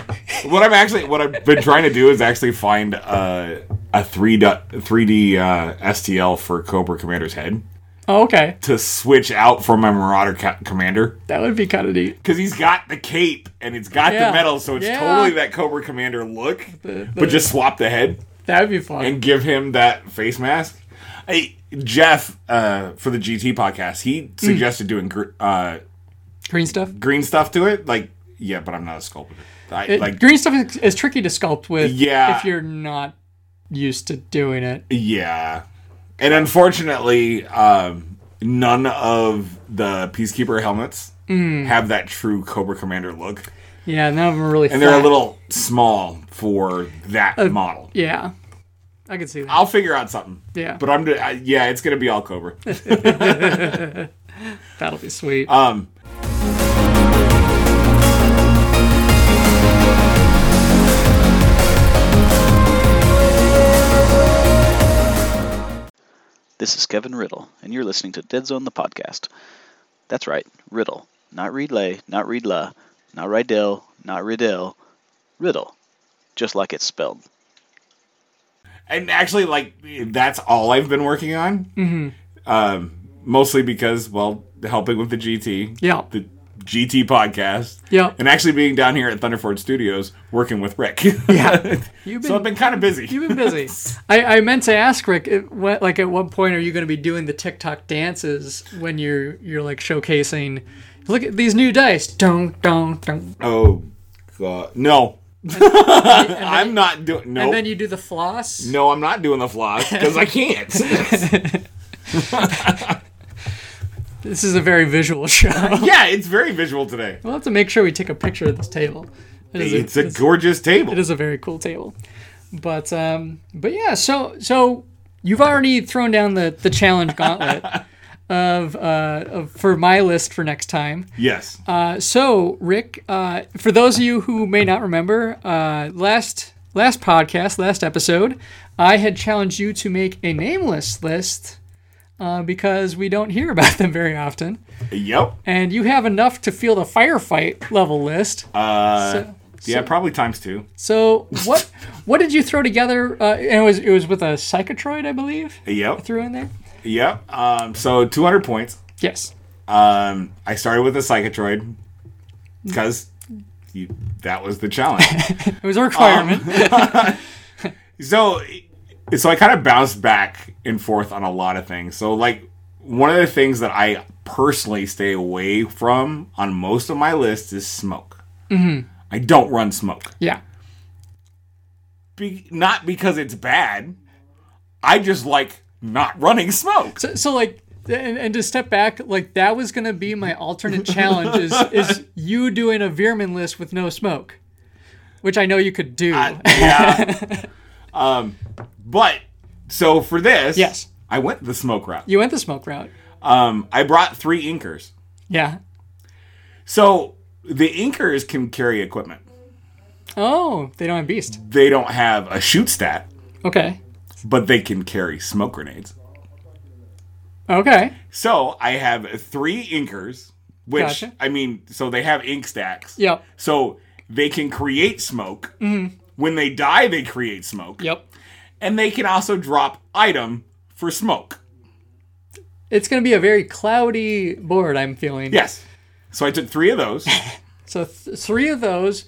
what I'm actually, what I've been trying to do is actually find uh, a three three D uh, STL for Cobra Commander's head oh, okay. to switch out for my Marauder ca- Commander That would be kind of neat. because he's got the cape and it's got Yeah. the metal, so it's Yeah. totally that Cobra Commander look, the- but just swap the head That would be fun. and give him that face mask. Hey, Jeff, uh, for the GT podcast, he Hmm. suggested doing gr- uh, green stuff. green stuff to it. Like, yeah, but I'm not a sculptor. I, It- like, green stuff is, is tricky to sculpt with. Yeah. If you're not used to doing it. yeah, and unfortunately, um, none of the peacekeeper helmets have that true Cobra Commander look, Yeah, none of them are really. and they're a flat. little small for that model. Yeah, I can see that. I'll figure out something. Yeah. but I'm. I, yeah, it's gonna be all Cobra. That'll be sweet. Uh, This is Kevin Riddle, and you're listening to Dead Zone the podcast. That's right, Riddle. Not Reedlay, not Reedla, not Rydell, not Riddell. Riddle. Just like it's spelled. and actually like that's all i've been working on mm-hmm. um, mostly because well helping with the gt Yeah. the gt podcast Yeah. and actually being down here at thunderford studios working with rick Yeah. You've so i've been kind of busy You've been busy. I, I meant to ask Rick, at what, like, at what point are you going to be doing the TikTok dances when you're you're like showcasing? Look at these new dice. Dun, dun, dun. oh god no i'm not doing no And then you do the floss. no i'm not doing the floss because i can't This is a very visual show. yeah it's very visual today we'll have to make sure we take a picture of this table. It is it's a gorgeous table it is a very cool table. But um, but yeah, so so you've already thrown down the the challenge gauntlet of uh of, for my list for next time. yes uh, So, Rick, uh, for those of you who may not remember, uh, last last podcast, last episode, I had challenged you to make a nameless list uh, because we don't hear about them very often, yep and you have enough to feel the firefight level list. uh So- yeah probably times two So, what what did you throw together? Uh, and it was it was with a psychotroid, I believe, yep threw in there. yep um so 200 points Yes. Um, I started with a psychotroid because that was the challenge. It was a requirement. so, so I kind of bounced back and forth on a lot of things. So, like one of the things that I personally stay away from on most of my list is smoke. I don't run smoke, yeah. Be- not because it's bad. I just like not running smoke. So, so like, and, and to step back, like that was gonna be my alternate challenge is is you doing a Veerman list with no smoke, which I know you could do. yeah. um, but so for this, Yes. I went the smoke route. you went the smoke route. Um, I brought three inkers. Yeah. So the inkers can carry equipment. Oh, they don't have beast. They don't have a shoot stat, Okay. but they can carry smoke grenades. Okay. So I have three inkers, which Gotcha. I mean, so they have ink stacks. Yep. So they can create smoke. When they die, they create smoke, Yep. and they can also drop item for smoke. It's gonna be a very cloudy board. I'm feeling. Yes. So I took three of those. So th- three of those.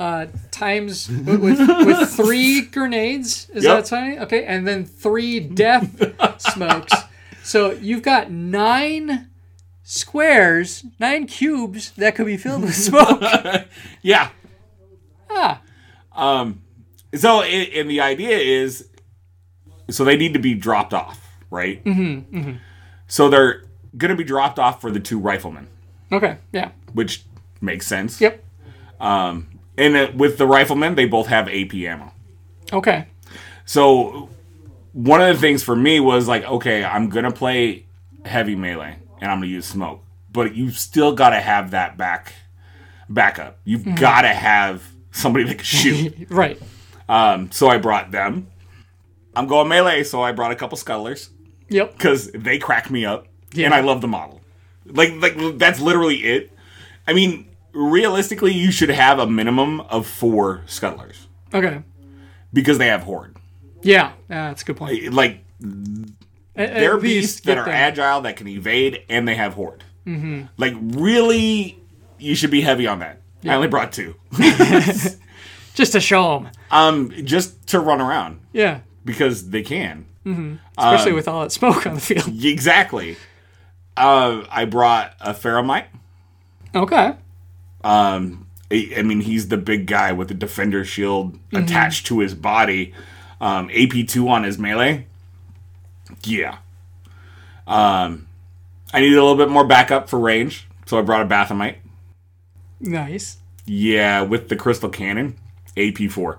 Uh, times with, with, with three grenades is Yep. that tiny? Okay, and then three death smokes. So you've got nine squares, nine cubes that could be filled with smoke. yeah. Um, Ah, So, and, and the idea is, so they need to be dropped off, right? Mm-hmm, So they're going to be dropped off for the two riflemen, okay, yeah, which makes sense. yep, Um, and uh, with the riflemen, they both have AP ammo. okay, So one of the things for me was like, okay, I'm going to play heavy melee and I'm going to use smoke, but you still got to have that back backup. You've got to have somebody that can shoot. right, Um, so I brought them. I'm going melee, so I brought a couple scuttlers yep, because they crack me up, Yeah. and I love the model. Like like that's literally it. I mean, realistically, you should have a minimum of four scuttlers Okay. because they have horde. Yeah, uh, that's a good point. Like At- at they're beasts least that get are them. Mm-hmm. agile that can evade and they have horde. Like really, you should be heavy on that. I only brought two, just to show them. um, just to run around Yeah, because they can. Um, especially with all that smoke on the field. Exactly. Uh, I brought a Ferromite. Okay. Um, I I mean, he's the big guy with the defender shield attached to his body. Um, AP2 on his melee. Yeah. Um, I needed a little bit more backup for range, so I brought a Bathymite. Nice. Yeah, with the Crystal Cannon. AP4.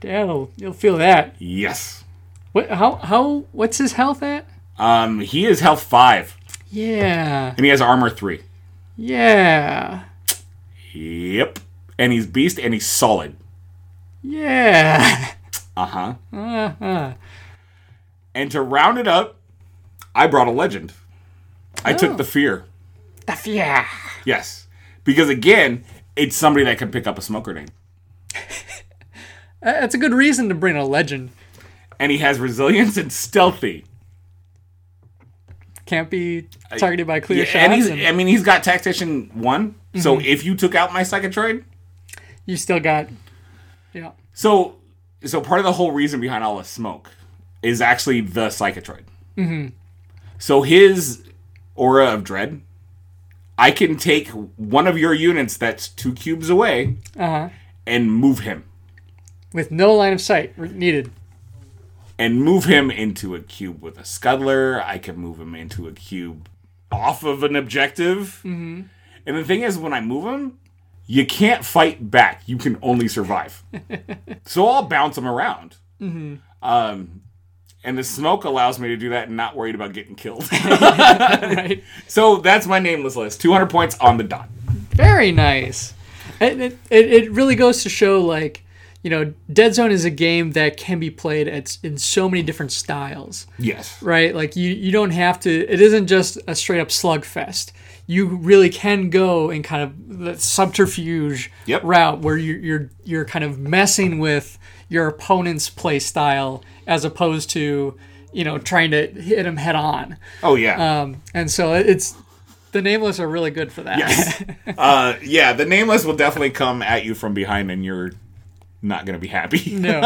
That'll you'll feel that. Yes. What? How? How? What's his health at? Um, he is health 5, Yeah. and he has armor 3. Yeah. Yep. And he's beast, and he's solid. Yeah. Uh huh. Uh-huh. And to round it up, I brought a legend. I took Oh. the fear. yeah. Yes. Because again, it's somebody that can pick up a smoke grenade. That's a good reason to bring a legend. And he has resilience and stealthy. Can't be targeted by clear Yeah, shots. and he's, and Mm-hmm. I mean, he's got tactician one. So if you took out my psychotroid, you still got. Yeah. so so part of the whole reason behind all the smoke is actually the psychotroid. Mm-hmm. So his aura of dread, I can take one of your units that's two cubes away and move him With no line of sight re- needed. and move him into a cube with a scuttler. I can move him into a cube off of an objective. Mm-hmm. And the thing is, when I move him, you can't fight back. You can only survive. so I'll bounce him around. Mm-hmm. Um, and the smoke allows me to do that and not worried about getting killed. Right. so that's my nameless list. 200 points on the dot. Very nice. It, it, it it really goes to show, like, you know, Dead Zone is a game that can be played at, in so many different styles, Yes. right? Like, you, you don't have to, it isn't just a straight up slugfest. You really can go in kind of the subterfuge Yep. route where you're, you're, you're kind of messing with your opponent's play style as opposed to, you know, trying to hit him head on. Oh, yeah. Um, and so it's, the nameless are really good for that. Yes. uh, yeah, the nameless will definitely come at you from behind, and you're not going to be happy. no.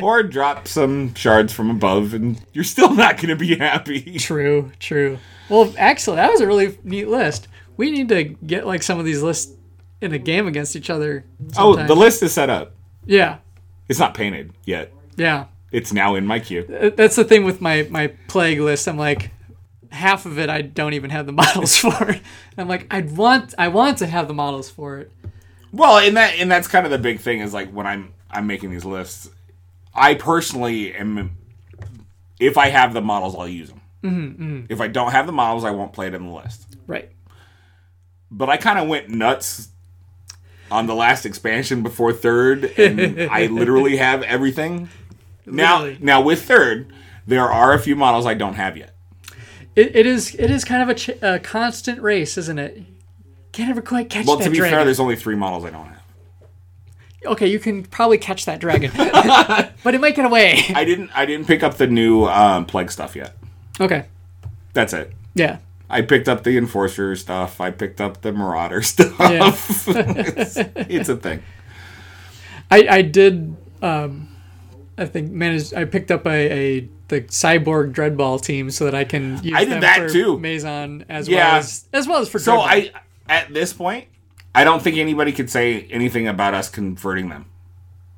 or drop some shards from above, and you're still not going to be happy. True, true. Well, actually, that was a really neat list. We need to get like some of these lists in a game against each other. Oh, sometime. the list is set up. yeah, It's not painted yet. yeah. It's now in my queue. Th- That's the thing with my my plague list. I'm like, half of it I don't even have the models for. I'm like, I'd want I want to have the models for it. Well, and that and that's kind of the big thing is like when I'm I'm making these lists, I personally am. If I have the models, I'll use them. If I don't have the models, I won't play it in the list. Right. but I kind of went nuts on the last expansion before third, and I literally have everything. Now, Literally. now with third, there are a few models I don't have yet. It, it is it is kind of a, ch- a constant race, isn't it? Can't ever quite catch Well, that to be dragon. fair, there's only three models I don't have. okay, you can probably catch that dragon, but it might get away. I didn't. I didn't pick up the new um, plague stuff yet. Okay. That's it. Yeah. I picked up the enforcer stuff. I picked up the marauder stuff. it's, it's a thing. I, I did um, I think managed I picked up a, a the cyborg dreadball team so that I can use I did them that for too. Maison as Yeah. well as as well as for So Dreadball. I, at this point, I don't think anybody could say anything about us converting them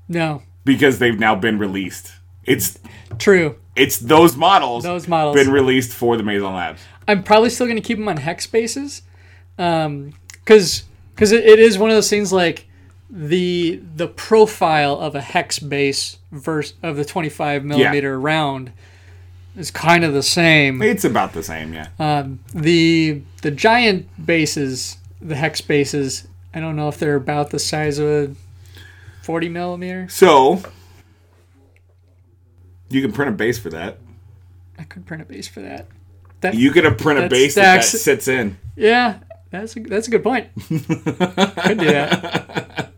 no because they've now been released. It's true It's those models. Those models. been released for the Maison Labs. I'm probably still gonna keep them on hex bases um because because it, it is one of those things like the the profile of a hex base verse of the 25 millimeter round is kind of the same It's about the same, yeah. the the giant bases, the hex bases. I don't know if they're about the size of a forty millimeter. so you can print a base for that. I could print a base for that. That, You could have printed a That's- base that, that that's- sits in. yeah, that's a, that's a good point. Could do that.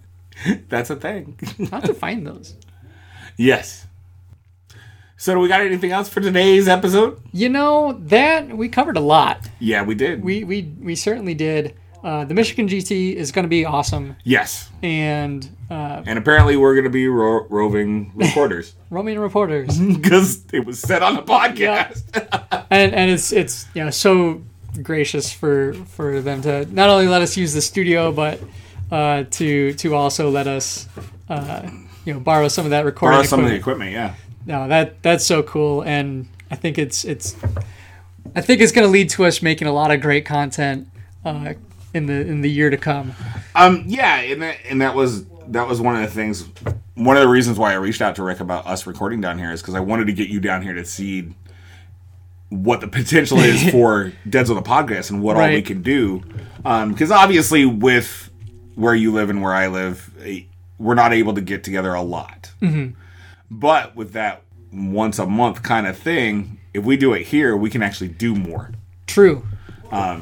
That's a thing. I'll have to find those. yes. So do we got anything else for today's episode? You know that we covered a lot. Yeah, we did. We we we certainly did. Uh, the Michigan GT is going to be awesome, yes. and uh, And apparently we're going to be ro- roving reporters Roman reporters, because it was said on the podcast. and and it's it's you know so gracious for for them to not only let us use the studio, but uh, to to also let us uh, you know borrow some of that recording Borrow some of the equipment. equipment, yeah. No, that that's so cool, and I think it's it's I think it's going to lead to us making a lot of great content uh, in the in the year to come. Um, yeah, and that, and that was that was one of the things. One of the reasons why I reached out to Rick about us recording down here is because I wanted to get you down here to see what the potential is for Deads on the Podcast and what all we Right. can do. Because obviously, with where you live and where I live, eh, we're not able to get together a lot. But with that once a month kind of thing, if we do it here, we can actually do more. True. I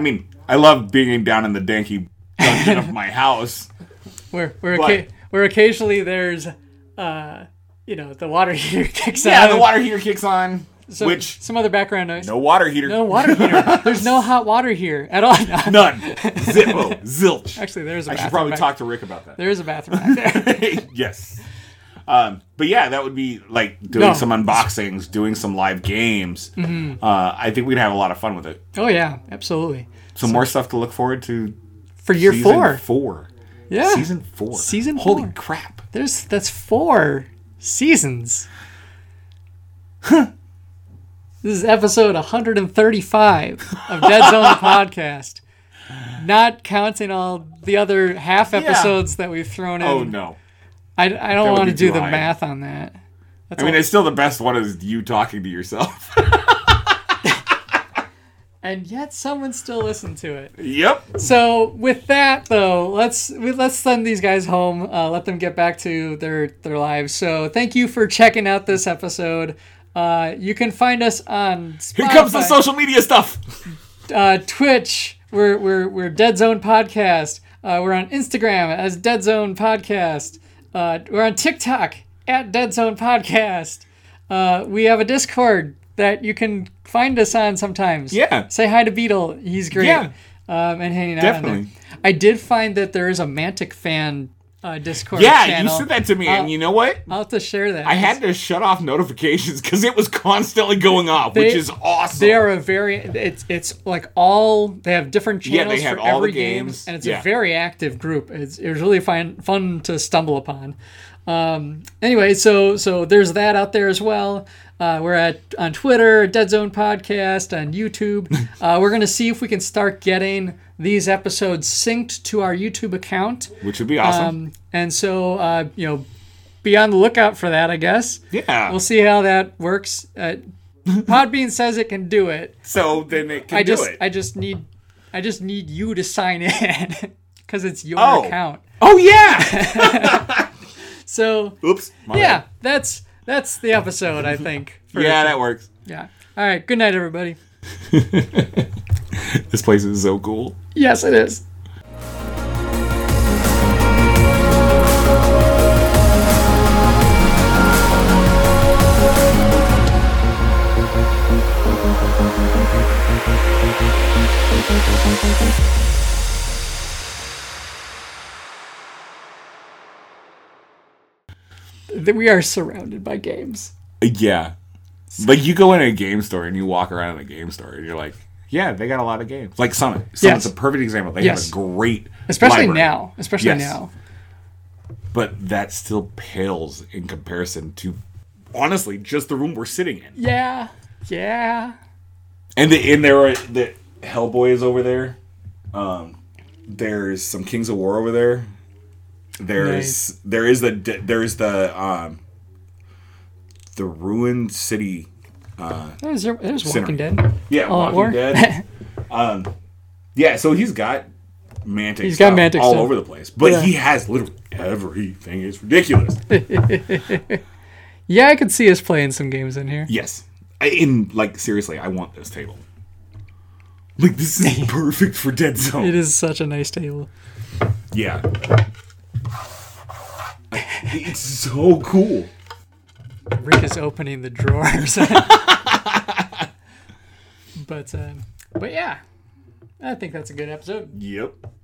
mean, I love being down in the danky dungeon of my house. We're we're But- occa- we're occasionally there's uh you know the water heater kicks Yeah, out. the water heater kicks on, Some, which some other background noise. no water heater, No water heater. There's no hot water here at all. none, zippo, zilch. Actually, there's a I should bathroom probably back- talk to Rick about that. There is a bathroom back there. yes, um, but yeah, that would be like doing No. Mm-hmm. some unboxings, doing some live games. Uh, I think we'd have a lot of fun with it. Oh yeah, absolutely. Some more stuff to look forward to. For year season four. four, Yeah. season four, Season Holy four. crap! There's that's four seasons. this is episode 135 of Dead Zone the podcast. Not counting all the other half episodes that we've thrown in. Oh no! I, I That don't would want to be do too the high. math on that. I mean, it's still the best one is you talking to yourself. And yet someone still listened to it. yep. So with that though, let's we- let's send these guys home. Uh, let them get back to their their lives. So thank you for checking out this episode. Uh, you can find us on Spotify, Here comes the social media stuff. uh, Twitch. We're we're we're Dead Zone Podcast. Uh, we're on Instagram as Dead Zone Podcast. Uh, we're on TikTok at Dead Zone Podcast. Uh, we have a Discord that you can find us on sometimes. Yeah. Say hi to Beetle. He's great. Yeah. Um, and hanging out on Definitely. there. I did find that there is a Mantic fan uh, Discord Yeah, channel. you said that to me, and you know what? I'll have to share that. I had to shut off notifications because it was constantly going off, which They- is awesome. They are a very it's it's like all they have different Yeah, channels they have for all the every game, games. and it's Yeah. a very active group. It's it was really fun fun to stumble upon. Um, anyway, so so there's that out there as well. Uh, we're at on Twitter, Dead Zone Podcast, on YouTube. Uh, we're gonna see if we can start getting these episodes synced to our YouTube account, which would be awesome. um, and so uh, you know, be on the lookout for that. I guess yeah. we'll see how that works. Uh, Podbean says it can do it. so then it can I do just it. I just need I just need you to sign in because it's your Oh. account. oh yeah. So Oops. My yeah, bad. that's that's the episode I think. for- Yeah, that works. yeah. All right. Good night, everybody. This place is so cool. Yes, it is. That we are surrounded by games. Yeah. Like you go in a game store and you walk around in a game store and you're like, yeah, they got a lot of games. Like Summit. Summit's a perfect example. They Yes. have a great, Especially library. now. Especially Yes. now. But that still pales in comparison to, honestly, just the room we're sitting in. Yeah. Yeah. And the in there are- the Hellboy is over there. Um, there's some Kings of War over there. There's there is the there's the um the ruined city. There's, there's Walking Scenery. Dead. Yeah, All at Walking War? Dead. um, yeah, so he's got Mantic. He's got stuff Mantic all stuff. over the place, but he has literally everything. It's ridiculous. Yeah, I could see us playing some games in here. yes, I- in like seriously, I want this table. Like this is perfect for Dead Zone. It is such a nice table. Yeah. I- it's so cool. Rick is opening the drawers. but um, but yeah, I think that's a good episode. Yep.